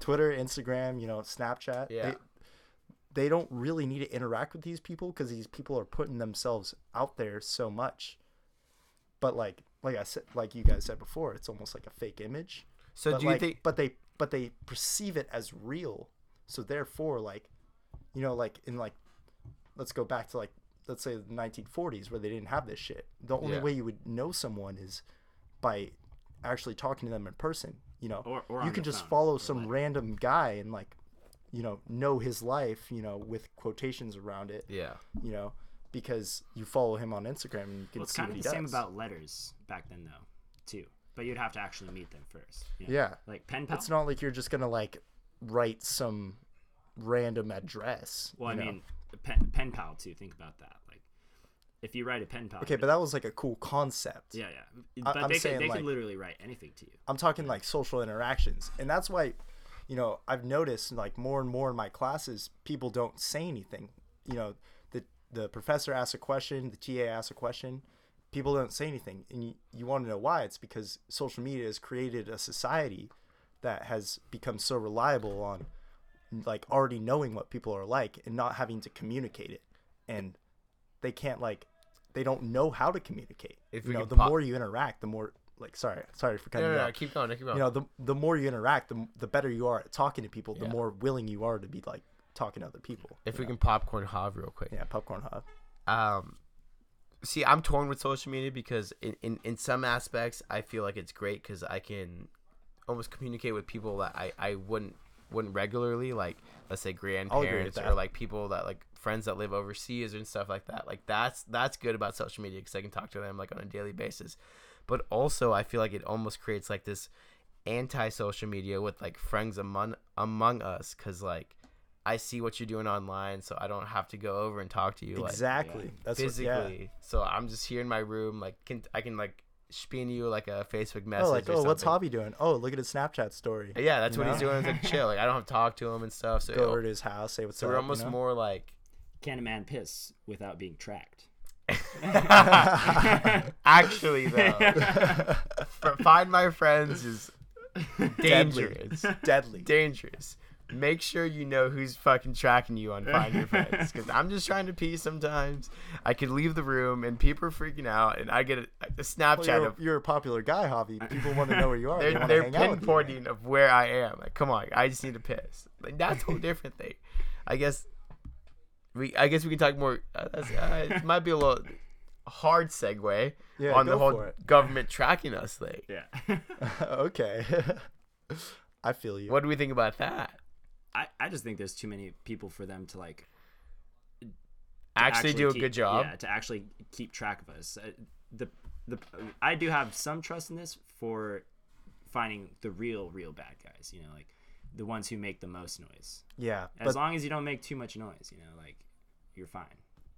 Speaker 2: Twitter, Instagram, you know, Snapchat.
Speaker 1: Yeah.
Speaker 2: They, they don't really need to interact with these people because these people are putting themselves out there so much. But like, like I said, like you guys said before, it's almost like a fake image.
Speaker 1: So
Speaker 2: but
Speaker 1: do you
Speaker 2: like,
Speaker 1: think
Speaker 2: But they, but they perceive it as real. So therefore, like, you know, like in like, let's go back to like, let's say the 1940s where they didn't have this shit. The only
Speaker 1: Yeah.
Speaker 2: way you would know someone is by actually talking to them in person. You know,
Speaker 3: Or- or
Speaker 2: you
Speaker 3: on
Speaker 2: can
Speaker 3: the
Speaker 2: just
Speaker 3: phone,
Speaker 2: follow
Speaker 3: or
Speaker 2: some
Speaker 3: like-
Speaker 2: random guy and like, you know, know his life. You know, with quotations around it.
Speaker 1: Yeah.
Speaker 2: You know, because you follow him on Instagram and you can
Speaker 3: Well, it's
Speaker 2: see
Speaker 3: kind
Speaker 2: what
Speaker 3: of
Speaker 2: he
Speaker 3: the
Speaker 2: does.
Speaker 3: same about letters back then though, too. But you'd have to actually meet them first. you know?
Speaker 2: Yeah.
Speaker 3: Like pen pal.
Speaker 2: It's not like you're just gonna like write some random address.
Speaker 3: well, I
Speaker 2: you know?
Speaker 3: mean, pen, pen pal too. Think about that. Like, if you write a pen pal.
Speaker 2: Okay, but that was like a cool concept.
Speaker 3: Yeah, yeah. But
Speaker 2: I'm
Speaker 3: they,
Speaker 2: saying,
Speaker 3: can, they
Speaker 2: like-
Speaker 3: can literally write anything to you.
Speaker 2: I'm talking like social interactions. And that's why, you know, I've noticed like more and more in my classes, people don't say anything. You know, the the professor asks a question, the TA asks a question, people don't say anything. And you, you want to know why? It's because social media has created a society that has become so reliable on like already knowing what people are like and not having to communicate it. And they can't like they don't know how to communicate.
Speaker 1: If
Speaker 2: you
Speaker 1: we
Speaker 2: know,
Speaker 1: could
Speaker 2: the
Speaker 1: pop-
Speaker 2: more you interact, the more like sorry, sorry for
Speaker 1: No,
Speaker 2: cutting
Speaker 1: no,
Speaker 2: you
Speaker 1: no,
Speaker 2: off
Speaker 1: Keep going. Keep going.
Speaker 2: you know the the more you interact the, the better you are at talking to people the
Speaker 1: Yeah.
Speaker 2: more willing you are to be like talking to other people
Speaker 1: if
Speaker 2: you
Speaker 1: we
Speaker 2: know?
Speaker 1: can popcorn Hav real quick.
Speaker 2: yeah popcorn hub
Speaker 1: um see i'm torn with social media because in, in, in some aspects i feel like it's great because i can almost communicate with people that i, I wouldn't wouldn't regularly like let's say grandparents or
Speaker 2: that.
Speaker 1: like people that like friends that live overseas and stuff like that like that's that's good about social media because i can talk to them like on a daily basis but also i feel like it almost creates like this anti-social media with like friends among among us because like i see what you're doing online so i don't have to go over and talk to you like
Speaker 2: exactly that's what,
Speaker 1: physically. So I'm just here in my room, like can I can like spin you like a Facebook
Speaker 2: yeah.
Speaker 1: message.
Speaker 2: oh like
Speaker 1: or
Speaker 2: oh what's
Speaker 1: something.
Speaker 2: hobby doing oh look at his snapchat story
Speaker 1: Yeah, that's
Speaker 2: you
Speaker 1: what he's
Speaker 2: know?
Speaker 1: doing. It's like chill. Like I don't have to talk to him and stuff. So,
Speaker 2: go over to his house say what's
Speaker 1: so
Speaker 2: up
Speaker 1: we're almost
Speaker 2: you know?
Speaker 1: more
Speaker 2: (laughs)
Speaker 1: like
Speaker 3: Can a man piss without being tracked?
Speaker 1: actually
Speaker 2: (laughs)
Speaker 1: though. f- find my friends is (laughs) dangerous.
Speaker 2: deadly (laughs)
Speaker 1: dangerous. Make sure you know who's fucking tracking you on Find Your Friends, because I'm just trying to pee sometimes. I could leave the room and people are freaking out, and I get a, a
Speaker 2: well,
Speaker 1: Snapchat
Speaker 2: you're,
Speaker 1: of
Speaker 2: a- you're a popular guy hobby people want to know where you
Speaker 1: (laughs)
Speaker 2: are
Speaker 1: They're,
Speaker 2: want
Speaker 1: they're
Speaker 2: hang out with you.
Speaker 1: pinpointing of where I am. Like, come on, I just need to piss. Like, that's
Speaker 2: (laughs)
Speaker 1: a whole different thing. I guess we I guess we can talk more. Uh, that's, uh,
Speaker 2: (laughs)
Speaker 1: it might be a little hard segue
Speaker 2: Yeah,
Speaker 1: on the
Speaker 2: go
Speaker 1: whole
Speaker 2: for it.
Speaker 1: government tracking us thing.
Speaker 3: Yeah.
Speaker 2: (laughs) okay i feel you
Speaker 1: What do we think about that?
Speaker 3: (laughs) I, I just think there's too many people for them to like
Speaker 1: Actually, do a
Speaker 3: keep-
Speaker 1: good job.
Speaker 3: Yeah, to actually keep track of us. Uh, the the I do have some trust in this for finding the real real bad guys. You know, like the ones who make the most noise.
Speaker 2: yeah
Speaker 3: As
Speaker 2: but
Speaker 3: long as you don't make too much noise, you know, like you're fine.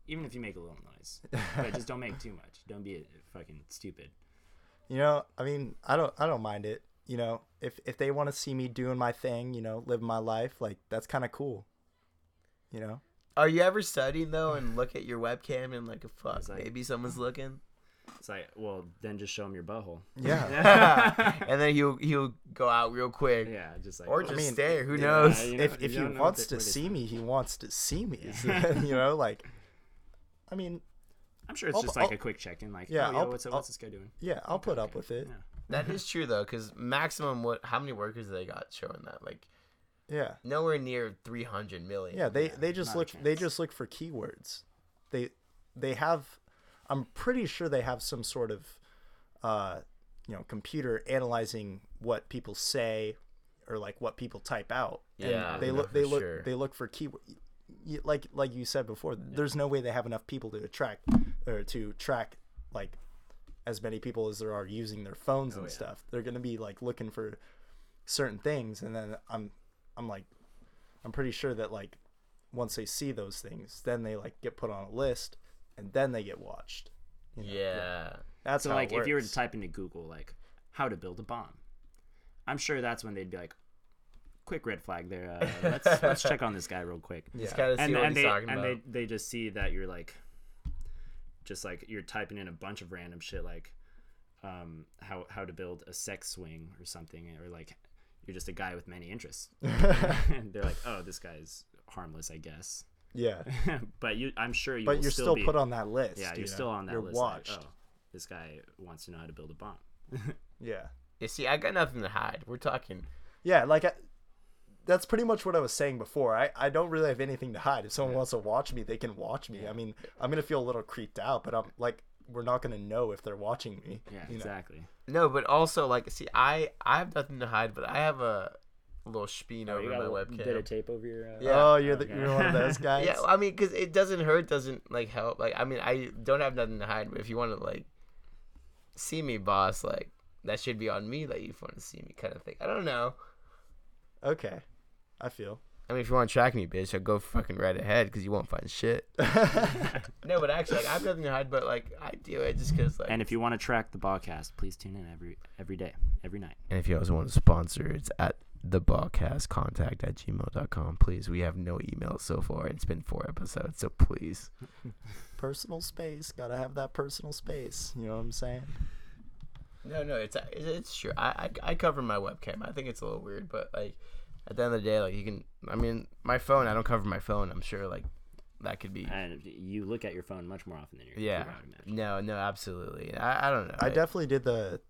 Speaker 3: Even if you make a little noise, but just don't make too much. Don't be a, fucking stupid.
Speaker 2: You know, I mean, I don't, I don't mind it. You know, if if they want to see me doing my thing, you know, living my life, like that's kind of cool. You know,
Speaker 1: Are you ever studying though and look at your webcam and like, fuck,
Speaker 3: It's like-
Speaker 1: maybe
Speaker 3: (laughs)
Speaker 1: someone's looking? (laughs)
Speaker 3: It's like, well, then just show him your butthole.
Speaker 2: Yeah.
Speaker 1: and then he'll he'll go out real quick
Speaker 3: Yeah, just like
Speaker 1: or
Speaker 3: well,
Speaker 1: just
Speaker 2: mean,
Speaker 1: stay. Who
Speaker 3: yeah,
Speaker 1: knows?
Speaker 3: (laughs) you know,
Speaker 2: if if
Speaker 3: you
Speaker 2: he
Speaker 3: don't know
Speaker 2: wants
Speaker 3: what they-
Speaker 2: to
Speaker 3: what they-
Speaker 2: see me, he wants to see me. (laughs) you know, like, I mean,
Speaker 3: I'm sure it's
Speaker 2: I'll-
Speaker 3: just like
Speaker 2: I'll-
Speaker 3: a quick check in, like,
Speaker 2: Yeah,
Speaker 3: yeah, oh, yo,
Speaker 2: I'll-
Speaker 3: what's,
Speaker 2: I'll-
Speaker 3: what's this guy doing?
Speaker 2: yeah, I'll put up with it.
Speaker 1: That is true though, because maximum what? How many workers they got showing that? Like
Speaker 2: Yeah,
Speaker 1: nowhere near three hundred million.
Speaker 2: yeah. They
Speaker 3: Yeah,
Speaker 2: they just
Speaker 3: not a
Speaker 2: look they
Speaker 3: chance.
Speaker 2: just look for keywords. They they have. I'm pretty sure they have some sort of, uh, you know, computer analyzing what people say, or like what people type out. And
Speaker 1: Yeah,
Speaker 2: they
Speaker 1: no,
Speaker 2: look
Speaker 1: for
Speaker 2: they look
Speaker 1: sure.
Speaker 2: they look for keyword. y- Like like you said before, there's no way they have enough people to attract or to track like as many people as there are using their phones and
Speaker 1: Oh, yeah.
Speaker 2: stuff. They're gonna be like looking for certain things, and then I'm I'm like I'm pretty sure that like once they see those things, then they like get put on a list, and then they get watched.
Speaker 1: yeah.
Speaker 2: That's
Speaker 3: So,
Speaker 2: how
Speaker 3: like,
Speaker 2: it works.
Speaker 3: if you were to type into Google, like, how to build a bomb, I'm sure that's when they'd be like, quick red flag there.
Speaker 2: (laughs)
Speaker 3: Uh, let's, let's check on this guy real quick.
Speaker 1: Just kind of see
Speaker 3: and,
Speaker 1: what
Speaker 3: and
Speaker 1: he's
Speaker 3: they
Speaker 1: talking
Speaker 3: and
Speaker 1: about.
Speaker 3: they they just see that you're like just like you're typing in a bunch of random shit like um how how to build a sex swing or something or like you're just a guy with many
Speaker 2: (laughs)
Speaker 3: interests (laughs) and they're like oh this guy's harmless i guess (laughs)
Speaker 2: yeah,
Speaker 3: but you i'm sure you
Speaker 2: but
Speaker 3: will
Speaker 2: you're
Speaker 3: still,
Speaker 2: still
Speaker 3: be,
Speaker 2: put on that list.
Speaker 3: yeah
Speaker 2: you
Speaker 3: you're
Speaker 2: know?
Speaker 3: still on that
Speaker 2: You're
Speaker 3: list like,
Speaker 2: watched.
Speaker 3: oh this guy wants to know how to build a bomb
Speaker 2: Yeah,
Speaker 1: You see, I got nothing to hide. We're talking.
Speaker 2: yeah. Like I, that's pretty much what I was saying before. I I don't really have anything to hide. If someone wants to watch me, they can watch me. I mean, I'm gonna feel a little creeped out, but I'm like, we're not gonna know if they're watching me.
Speaker 3: yeah
Speaker 2: you know?
Speaker 3: exactly
Speaker 1: No, but also like, see, I I have nothing to hide, but I have a little speen
Speaker 3: Oh,
Speaker 1: over
Speaker 3: you
Speaker 1: my
Speaker 3: got a bit of
Speaker 1: webcam.
Speaker 3: tape over your uh,
Speaker 1: Yeah.
Speaker 2: Oh, you're the,
Speaker 3: Okay.
Speaker 2: you're one of
Speaker 3: (laughs)
Speaker 2: those guys.
Speaker 1: Yeah, I mean, because it doesn't hurt, doesn't like help. Like, I mean, I don't have nothing to hide, but if you want to like see me, boss, like that should be on me that you want to see me, kind of thing. I don't know.
Speaker 2: Okay, I feel.
Speaker 1: I mean, if you want to track me, bitch, I'll go fucking right ahead because you won't find shit. no, but actually, like, I have nothing to hide, but like, I do it just because, like,
Speaker 3: and if you want to track the podcast please tune in every every day every night
Speaker 1: and if you guys want to sponsor, it's at the ballcast contact at gmail.com. Please, we have no emails so far, and it's been four episodes, so please.
Speaker 2: personal space. Gotta have that personal space. You know what I'm saying?
Speaker 1: No, no, it's it's true. I, I, I cover my webcam. I think it's a little weird, but like, at the end of the day, like, you can, I mean, my phone, I don't cover my phone. I'm sure, like, that could be.
Speaker 3: and you look at your phone much more often than your
Speaker 1: Yeah.
Speaker 3: computer, I would imagine.
Speaker 1: No, no, absolutely. I, I don't know.
Speaker 2: I definitely did the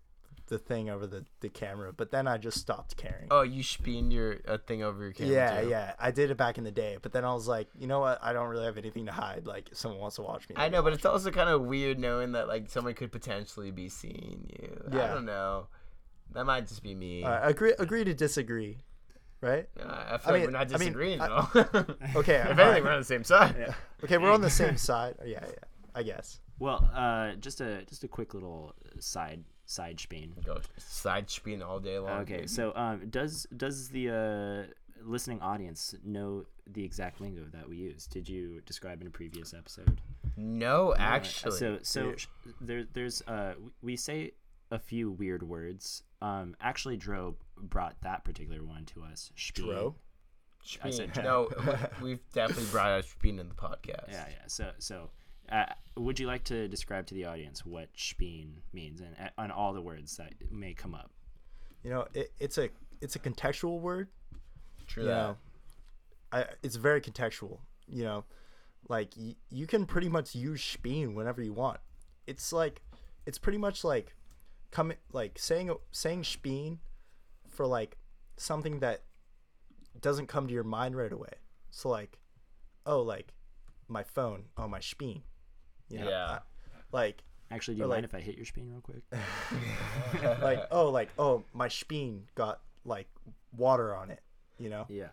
Speaker 2: the thing over the, the camera, but then I just stopped caring.
Speaker 1: Oh, you spined your a thing over your camera.
Speaker 2: yeah,
Speaker 1: too.
Speaker 2: yeah. I did it back in the day, but then I was like, you know what? I don't really have anything to hide. Like, if someone wants to watch me.
Speaker 1: I know, but it's also kind of weird knowing that like someone could potentially be seeing you. I
Speaker 2: Yeah.
Speaker 1: don't know. That might just be me.
Speaker 2: All right, Uh, agree, agree to disagree, right?
Speaker 1: Uh, I feel
Speaker 2: I
Speaker 1: like
Speaker 2: mean-
Speaker 1: we're not
Speaker 2: I mean,
Speaker 1: disagreeing
Speaker 2: I-
Speaker 1: at all.
Speaker 2: (laughs) Okay.
Speaker 1: (laughs)
Speaker 2: all
Speaker 1: if
Speaker 2: right.
Speaker 1: anything, we're on the same side.
Speaker 2: Okay, we're on the same side. Oh, yeah, yeah. I guess.
Speaker 3: Well, uh, just a just a quick little side side spin.
Speaker 1: Go side spin all day long.
Speaker 3: Okay,
Speaker 1: dude.
Speaker 3: so um, does does the uh, listening audience know the exact lingo that we use? Did you describe in a previous episode?
Speaker 1: No,
Speaker 3: Uh,
Speaker 1: actually.
Speaker 3: so so sh- there there's uh w- we say a few weird words. Um, actually, Dro brought that particular one to us. Spin.
Speaker 2: Dro?
Speaker 3: I said
Speaker 1: Spin.
Speaker 3: (laughs)
Speaker 1: no, we've definitely brought out spin in the podcast.
Speaker 3: Yeah, yeah. So, so uh, would you like to describe to the audience what spin means and uh, on all the words that may come up?
Speaker 2: You know, it, it's a it's a contextual word.
Speaker 1: True
Speaker 2: you
Speaker 1: that.
Speaker 2: know, I, it's very contextual. You know, like y- you can pretty much use Speen whenever you want. It's like, it's pretty much like, coming like saying saying Speen for like something that doesn't come to your mind right away. So like, oh like, my phone, oh my Speen. You know,
Speaker 1: Yeah.
Speaker 2: like
Speaker 3: Actually, do you
Speaker 2: Or
Speaker 3: mind
Speaker 2: like-
Speaker 3: if I hit your spin real quick?
Speaker 2: like oh like oh my Speen got like water on it. You know.
Speaker 3: yeah.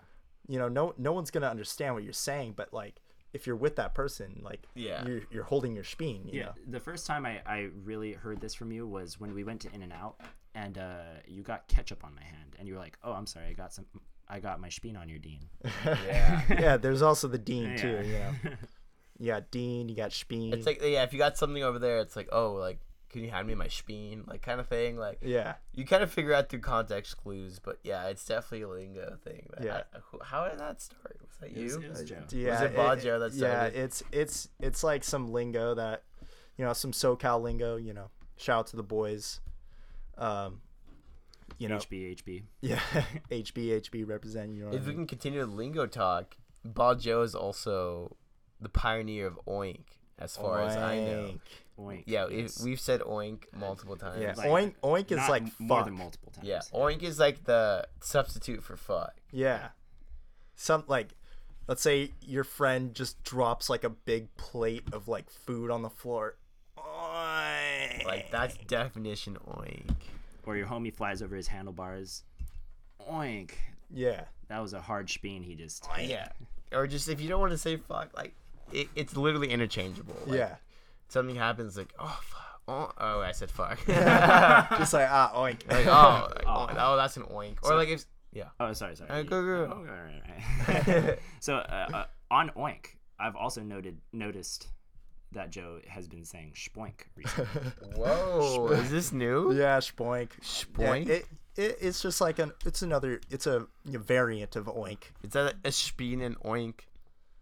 Speaker 2: you know no no one's gonna understand what you're saying but like if you're with that person like
Speaker 1: Yeah.
Speaker 2: you're, you're holding your speen you
Speaker 3: Yeah.
Speaker 2: know
Speaker 3: The first time I, I really heard this from you was when we went to In and Out and uh, you got ketchup on my hand and you were like, oh, I'm sorry, I got some. I got my spin on your dean.
Speaker 1: Yeah.
Speaker 2: yeah there's also the dean too
Speaker 3: Yeah.
Speaker 2: you
Speaker 3: (laughs)
Speaker 2: know you got dean you got speen
Speaker 1: It's like yeah, if you got something over there, it's like oh, like can you hand me my speen, like kind of thing. Like
Speaker 2: yeah
Speaker 1: you kind of figure out through context clues, but yeah, it's definitely a lingo thing. But
Speaker 2: Yeah.
Speaker 1: I- who- how did that start? Was that
Speaker 3: It was-
Speaker 1: you?
Speaker 3: it was Joe.
Speaker 2: Yeah,
Speaker 1: Was it Baggio that
Speaker 2: yeah,
Speaker 1: started?
Speaker 2: it's it's it's like some lingo that, you know, some SoCal lingo. You know, shout out to the boys. Um, you know,
Speaker 3: HB, HB.
Speaker 2: yeah, (laughs) HB HB represent. You know, what I
Speaker 1: If we
Speaker 2: mean?
Speaker 1: can continue the lingo talk, Ball Joe is also the pioneer of oink, as far as I know.
Speaker 2: Oink.
Speaker 3: Oink.
Speaker 1: Yeah,
Speaker 3: yes.
Speaker 1: if, we've said oink multiple times.
Speaker 2: Yeah,
Speaker 3: like-
Speaker 2: oink oink is
Speaker 3: Not
Speaker 2: like
Speaker 3: m-
Speaker 2: fuck.
Speaker 3: more than multiple times.
Speaker 1: Yeah, oink is like the substitute for fuck.
Speaker 2: Yeah. Some like let's say your friend just drops like a big plate of like food on the floor. Oink.
Speaker 1: Like that's definition oink.
Speaker 3: Or your homie flies over his handlebars. Oink.
Speaker 2: Yeah.
Speaker 3: That was a hard spin he just.
Speaker 1: Yeah. Or just if you don't want to say fuck, like it, it's literally interchangeable. Like, (laughs)
Speaker 2: yeah.
Speaker 1: Something happens, like oh fuck, oh, oh I said fuck. (laughs)
Speaker 2: Just like ah oink.
Speaker 1: Like,
Speaker 2: (laughs)
Speaker 1: oh, like, oh, oh, that's an oink. Or like if yeah,
Speaker 3: Oh, sorry, sorry.
Speaker 1: Uh, go, go, go.
Speaker 3: Oh, all right, all right. (laughs) so uh, uh, on Oink, I've also noted noticed that Joe has been saying Shpoink recently.
Speaker 1: (laughs)
Speaker 3: (laughs)
Speaker 1: whoa, is this new?
Speaker 2: (laughs) yeah, spoink. Yeah,
Speaker 1: Spoink.
Speaker 2: it, it it's just like an it's another it's a variant of oink.
Speaker 1: Is that a speen and oink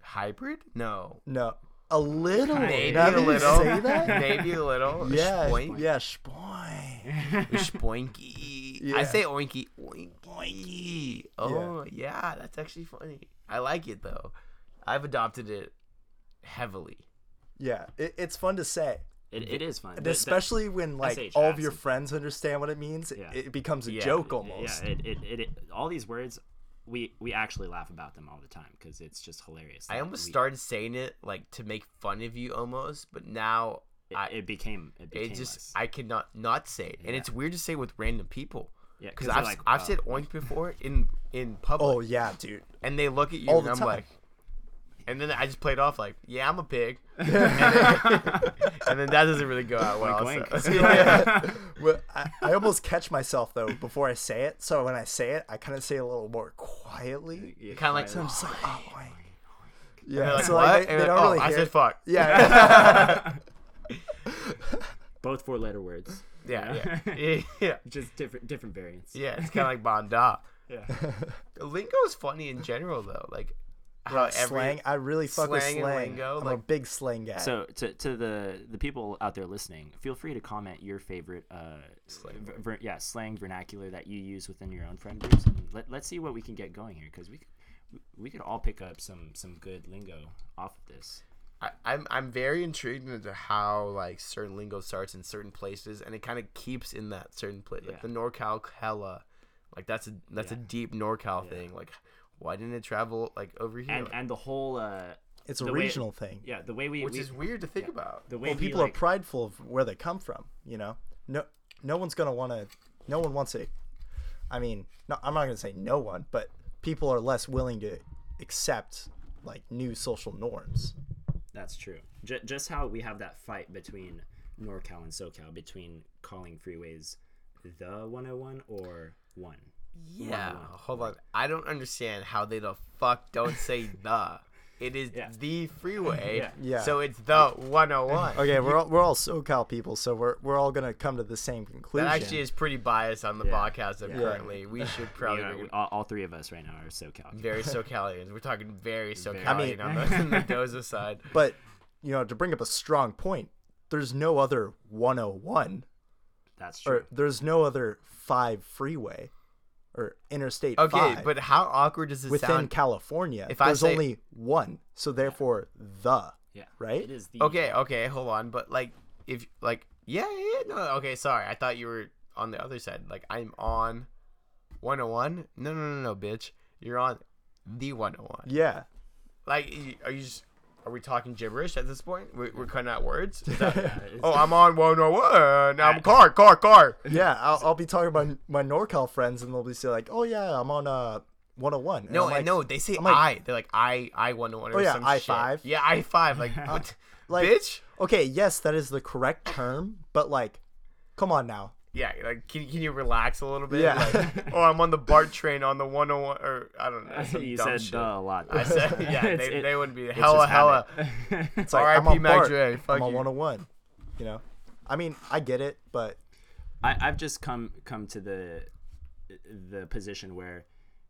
Speaker 1: hybrid? No.
Speaker 2: No. A little
Speaker 1: Maybe
Speaker 2: now
Speaker 1: a
Speaker 2: that you
Speaker 1: little.
Speaker 2: say
Speaker 1: (laughs)
Speaker 2: that?
Speaker 1: Maybe a little. A
Speaker 2: yeah.
Speaker 1: Spoink.
Speaker 2: Yeah, spoink.
Speaker 1: A Spoinky. I
Speaker 2: Yeah.
Speaker 1: say oinky. Oinky. Oh, yeah. That's actually funny. I like it, though. I've adopted it heavily.
Speaker 2: Yeah. It, it's fun to say.
Speaker 3: it, it is fun.
Speaker 2: And
Speaker 3: The- the-
Speaker 2: especially when like
Speaker 3: SH
Speaker 2: all of your
Speaker 3: accent.
Speaker 2: friends understand what it means,
Speaker 3: Yeah.
Speaker 2: it becomes a
Speaker 3: yeah,
Speaker 2: joke
Speaker 3: yeah,
Speaker 2: almost.
Speaker 3: Yeah, it, it, it, it, all these words, we we actually laugh about them all the time because it's just hilarious.
Speaker 1: I
Speaker 3: that
Speaker 1: almost
Speaker 3: we-
Speaker 1: started saying it, like, to make fun of you almost, but now
Speaker 3: It,
Speaker 1: I,
Speaker 3: it became. It became
Speaker 1: it just,
Speaker 3: us.
Speaker 1: I cannot not say it. And it's weird to say with random people.
Speaker 3: Yeah,
Speaker 1: Because
Speaker 3: 'cause they're
Speaker 1: I've,
Speaker 3: like,
Speaker 1: I've
Speaker 3: wow.
Speaker 1: said oink before in, in public.
Speaker 2: Oh yeah, dude.
Speaker 1: and they look at you
Speaker 2: All
Speaker 1: and
Speaker 2: the
Speaker 1: I'm
Speaker 2: time.
Speaker 1: like and then I just played off like, yeah, I'm a
Speaker 3: (laughs)
Speaker 1: pig. and, then, and then that doesn't really go out well.
Speaker 3: Oink, (laughs)
Speaker 1: so- (laughs)
Speaker 3: oink.
Speaker 2: Well, I, I almost catch myself though before I say it. So when I say it, I kind of say it a little more quietly.
Speaker 3: Yeah,
Speaker 1: Kinda like
Speaker 3: finally.
Speaker 2: So I'm just like, oh, oink.
Speaker 1: They're
Speaker 2: yeah.
Speaker 1: like,
Speaker 2: so
Speaker 1: what?
Speaker 2: like, they,
Speaker 1: And
Speaker 2: they
Speaker 1: then,
Speaker 2: don't
Speaker 1: oh,
Speaker 2: really
Speaker 1: I
Speaker 2: hear.
Speaker 1: said fuck.
Speaker 2: yeah. (laughs)
Speaker 3: both four letter words.
Speaker 1: Yeah,
Speaker 3: Yeah.
Speaker 1: yeah,
Speaker 3: (laughs)
Speaker 1: (laughs) yeah,
Speaker 3: Just different different variants.
Speaker 1: yeah. It's kind of like Banda.
Speaker 3: Yeah.
Speaker 2: (laughs)
Speaker 1: Lingo is funny in general though. Like how
Speaker 2: yeah.
Speaker 1: (laughs) every
Speaker 2: slang. I really fuck with
Speaker 1: slang
Speaker 2: slang.
Speaker 1: and lingo,
Speaker 2: I'm a
Speaker 1: like-
Speaker 2: big slang guy.
Speaker 3: So to, to the the people out there listening, feel free to comment your favorite uh, slang, ver, yeah, slang vernacular that you use within your own friend groups. And let, let's see what we can get going here because we could- we could all pick up some some good lingo off of this.
Speaker 1: I, I'm I'm very intrigued into how like certain lingo starts in certain places, and it kind of keeps in that certain place, like
Speaker 3: Yeah.
Speaker 1: the NorCal hella, like that's a that's a
Speaker 3: Yeah.
Speaker 1: deep NorCal thing. Like, why didn't it travel like over here?
Speaker 3: And
Speaker 1: Like,
Speaker 3: and the whole uh,
Speaker 2: it's a
Speaker 3: the way-
Speaker 2: regional thing.
Speaker 3: yeah, the way we,
Speaker 1: which
Speaker 3: we-
Speaker 1: is weird to think about.
Speaker 3: the way
Speaker 2: Well,
Speaker 3: we,
Speaker 2: people
Speaker 3: like-
Speaker 2: are prideful of where they come from. You know, no, no one's gonna want to. No one wants to. I mean, no, I'm not gonna say no one, but people are less willing to accept like new social norms.
Speaker 3: That's true. J- just how we have that fight between NorCal and SoCal between calling freeways the 101 or one.
Speaker 1: yeah, hold on. I don't understand how they the fuck don't
Speaker 3: (laughs)
Speaker 1: say the. It is
Speaker 3: Yeah.
Speaker 1: the freeway,
Speaker 3: Yeah.
Speaker 2: Yeah.
Speaker 1: so it's the 101.
Speaker 2: Okay, we're all, we're all SoCal people, so we're we're all gonna come to the same conclusion.
Speaker 1: That actually is pretty biased on the
Speaker 3: Yeah.
Speaker 1: podcast currently. We should probably
Speaker 3: Yeah, we- all, all three of us right now are
Speaker 2: (laughs)
Speaker 3: SoCal.
Speaker 1: very SoCalians. We're talking very SoCalian
Speaker 3: I
Speaker 2: mean-
Speaker 1: on
Speaker 2: (laughs)
Speaker 1: the, on the Doza side.
Speaker 2: but you know, to bring up a strong point, there's no other 101,
Speaker 3: That's true.
Speaker 2: or there's no other five freeway, or Interstate
Speaker 1: Okay,
Speaker 2: five
Speaker 1: but how awkward does this
Speaker 2: within
Speaker 1: sound?
Speaker 2: California.
Speaker 1: If I
Speaker 2: there's
Speaker 1: say-
Speaker 2: only one, so therefore the.
Speaker 3: yeah.
Speaker 2: right?
Speaker 3: It is the
Speaker 1: okay, okay, hold on. But like, if like, yeah, yeah, yeah, no, okay, sorry. I thought you were on the other side. Like, I'm on 101. No, no, no, no, bitch. You're on the 101.
Speaker 2: Yeah.
Speaker 1: Like, y- are you just? Are we talking gibberish at this point? We're, we're cutting out words. Is
Speaker 2: (laughs)
Speaker 1: that- oh, I'm on 101. Now I'm car, car, car. (laughs)
Speaker 2: Yeah, I'll, I'll be talking about my NorCal friends, and they'll be say like, "Oh yeah, I'm on uh 101." And
Speaker 1: No,
Speaker 2: I'm
Speaker 1: I
Speaker 2: like,
Speaker 1: know they say
Speaker 2: like-
Speaker 1: I. They're like I, I one to one or
Speaker 2: Oh, yeah,
Speaker 1: some
Speaker 2: I
Speaker 1: shit.
Speaker 2: five.
Speaker 1: Yeah, I five.
Speaker 2: (laughs)
Speaker 1: Like, what?
Speaker 2: like-
Speaker 1: bitch.
Speaker 2: Okay, yes, that is the correct term, but like, come on now.
Speaker 1: Yeah, like can, can you relax a little bit?
Speaker 2: Yeah. (laughs)
Speaker 1: Like, oh, I'm on the BART train on the 101 or I don't know. some
Speaker 3: (laughs) you
Speaker 1: dumb
Speaker 3: said
Speaker 1: shit.
Speaker 3: the a lot.
Speaker 1: (laughs) I
Speaker 3: (laughs)
Speaker 1: said yeah.
Speaker 3: It's-
Speaker 1: They,
Speaker 3: it-
Speaker 1: they would be
Speaker 3: it's
Speaker 1: hella
Speaker 3: just (laughs)
Speaker 1: hella.
Speaker 3: habit.
Speaker 2: It's like I'm
Speaker 1: R.I.P.
Speaker 2: on
Speaker 1: Mac
Speaker 2: BART.
Speaker 1: Dre, fuck
Speaker 2: I'm on
Speaker 1: you.
Speaker 2: 101. You know, I mean, I get it, but
Speaker 3: I, I've just come come to the the position where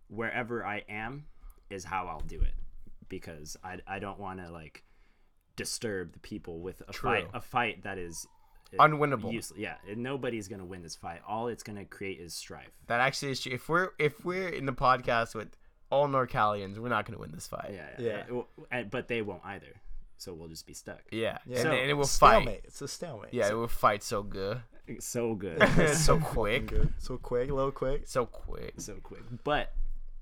Speaker 3: wherever I am is how I'll do it because I, I don't want to like disturb the people with a
Speaker 1: True.
Speaker 3: fight a fight that is uh,
Speaker 1: Unwinnable.
Speaker 3: useless. Yeah, and nobody's gonna win this fight. All it's gonna create is strife.
Speaker 1: That actually is true. If we're if we're in the podcast with all NorCalians, we're not going to win this fight.
Speaker 3: Yeah,
Speaker 2: Yeah.
Speaker 3: yeah. Well, and- but they won't either, so we'll just be stuck.
Speaker 1: yeah.
Speaker 2: Yeah.
Speaker 1: And,
Speaker 3: So,
Speaker 1: and it will
Speaker 2: stalemate.
Speaker 1: fight.
Speaker 2: It's a stalemate.
Speaker 1: Yeah, it will fight so
Speaker 3: (laughs)
Speaker 1: good,
Speaker 3: So good.
Speaker 1: so quick,
Speaker 2: Good. So quick, a little quick. (laughs)
Speaker 1: so quick.
Speaker 3: so quick. But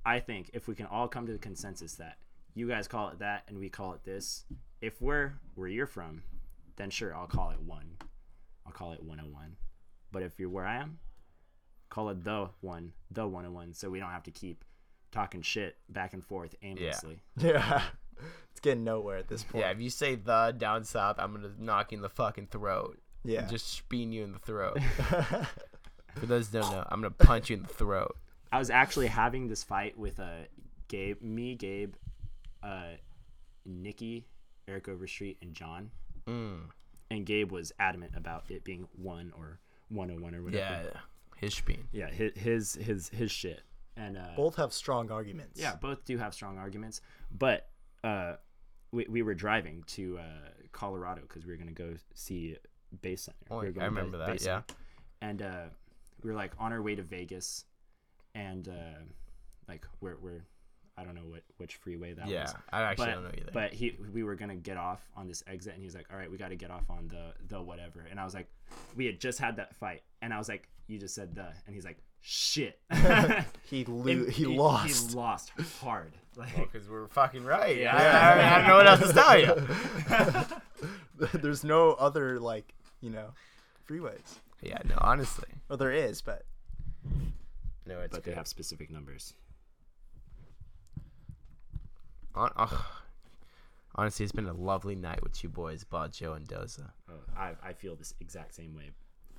Speaker 3: I think if we can all come to the consensus that you guys call it that and we call it this, if we're where you're from, then sure, I'll call it one. I'll call it 101. But if you're where I am, call it the one, the 101, so we don't have to keep talking shit back and forth aimlessly.
Speaker 2: Yeah. It's getting nowhere at this point.
Speaker 1: Yeah, if you say the down south, I'm gonna knock you in the fucking throat.
Speaker 2: Yeah.
Speaker 1: Just speen you in the throat. (laughs) For those who don't know, I'm gonna punch you in the throat.
Speaker 3: I was actually having this fight with uh, Gabe, me, Gabe, uh, Nikki, Eric Overstreet, and John.
Speaker 1: Mm.
Speaker 3: And Gabe was adamant about it being one or 101 or whatever.
Speaker 1: Yeah, his speen.
Speaker 3: yeah his his his, his shit and uh
Speaker 2: Both have strong arguments.
Speaker 3: yeah both do have strong arguments but uh we, we were driving to uh colorado because we were gonna go see bass center
Speaker 1: Oh,
Speaker 3: we were
Speaker 1: I
Speaker 3: going to
Speaker 1: remember that,
Speaker 3: Bass
Speaker 1: yeah.
Speaker 3: Center. and uh we were like on our way to vegas and uh like we're we're i don't know what which freeway that
Speaker 1: Yeah,
Speaker 3: was
Speaker 1: I actually
Speaker 3: but,
Speaker 1: don't know either.
Speaker 3: but he we were gonna get off on this exit and he was like all right we gotta get off on the the whatever and i was like we had just had that fight and i was like you just said the and he's like shit (laughs)
Speaker 2: He
Speaker 3: And
Speaker 2: lo- he, lost.
Speaker 3: he lost hard like
Speaker 1: because Oh, we're fucking right. Yeah,
Speaker 3: Yeah.
Speaker 1: I, I, I don't know what else to tell you. (laughs)
Speaker 2: (laughs) There's no other like, you know, freeways.
Speaker 1: Yeah, no, honestly,
Speaker 2: Well, there is, but
Speaker 1: no, it's
Speaker 3: but they
Speaker 1: good.
Speaker 3: have specific numbers
Speaker 1: Hon- ugh. Honestly, it's been a lovely night with you boys, Bajo and Doza.
Speaker 3: oh, I, I feel this exact same way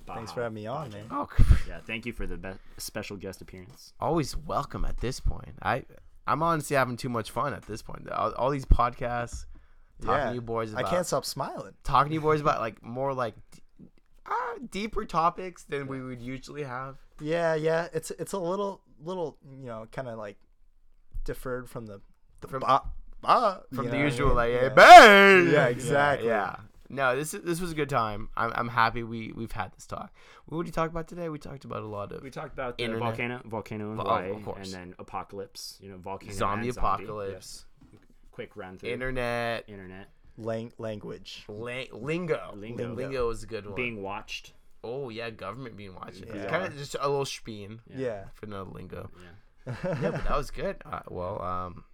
Speaker 3: Bah.
Speaker 2: thanks for having me on, man.
Speaker 1: Oh, (laughs)
Speaker 3: yeah thank you for the be- special guest appearance
Speaker 1: always welcome at this point. I, I'm honestly having too much fun at this point. All, all these podcasts, talking
Speaker 2: yeah.
Speaker 1: to you boys about,
Speaker 2: I can't stop smiling.
Speaker 1: talking to you boys about like more like d- uh, deeper topics than we would usually have.
Speaker 2: Yeah, yeah. It's it's a little little, you know, kind of like deferred from the, the
Speaker 1: From-
Speaker 2: ba- ba-
Speaker 1: from the
Speaker 2: you know what I
Speaker 1: usual
Speaker 2: mean?
Speaker 1: like hey,
Speaker 2: Yeah.
Speaker 1: babe!
Speaker 2: Yeah, exactly.
Speaker 1: yeah, yeah. no this is this was a good time i'm, I'm happy we we've had this talk what did you talk about today we talked about a lot of
Speaker 3: we talked about the
Speaker 1: Internet.
Speaker 3: volcano volcano in
Speaker 1: Vo- oh,
Speaker 3: Hawaii,
Speaker 1: of course.
Speaker 3: and then apocalypse you know volcano
Speaker 1: zombie
Speaker 3: and
Speaker 1: apocalypse
Speaker 3: yes. quick round through
Speaker 1: internet
Speaker 3: internet
Speaker 2: Lang- language.
Speaker 1: lang- lingo.
Speaker 3: Lingo.
Speaker 1: lingo is a good one
Speaker 3: being watched
Speaker 1: oh yeah government being watching
Speaker 2: Yeah.
Speaker 1: kind of just a little speen
Speaker 3: Yeah.
Speaker 2: Yeah.
Speaker 1: for no
Speaker 2: (laughs)
Speaker 1: lingo
Speaker 3: yeah
Speaker 1: yeah but that was good uh, well um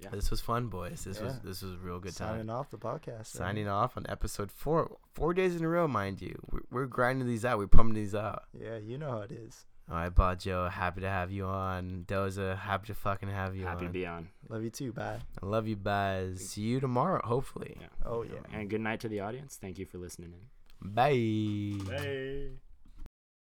Speaker 3: Yeah.
Speaker 1: this was fun boys this was
Speaker 2: Yeah.
Speaker 1: this was a real good time
Speaker 2: (laughs) Signing off the podcast. man.
Speaker 1: signing off on episode four four days in a row mind you we're, we're grinding these out we're pumping these out
Speaker 2: Yeah, you know how it is.
Speaker 1: All right, Bajo, happy to have you on. Doza, happy to fucking have you
Speaker 3: happy
Speaker 1: on.
Speaker 3: to be on
Speaker 2: Love you too. Bye.
Speaker 1: I love you guys. See you tomorrow, hopefully.
Speaker 3: Yeah.
Speaker 2: Oh yeah.
Speaker 3: and good night to the audience thank you for listening in
Speaker 1: Bye.
Speaker 3: hey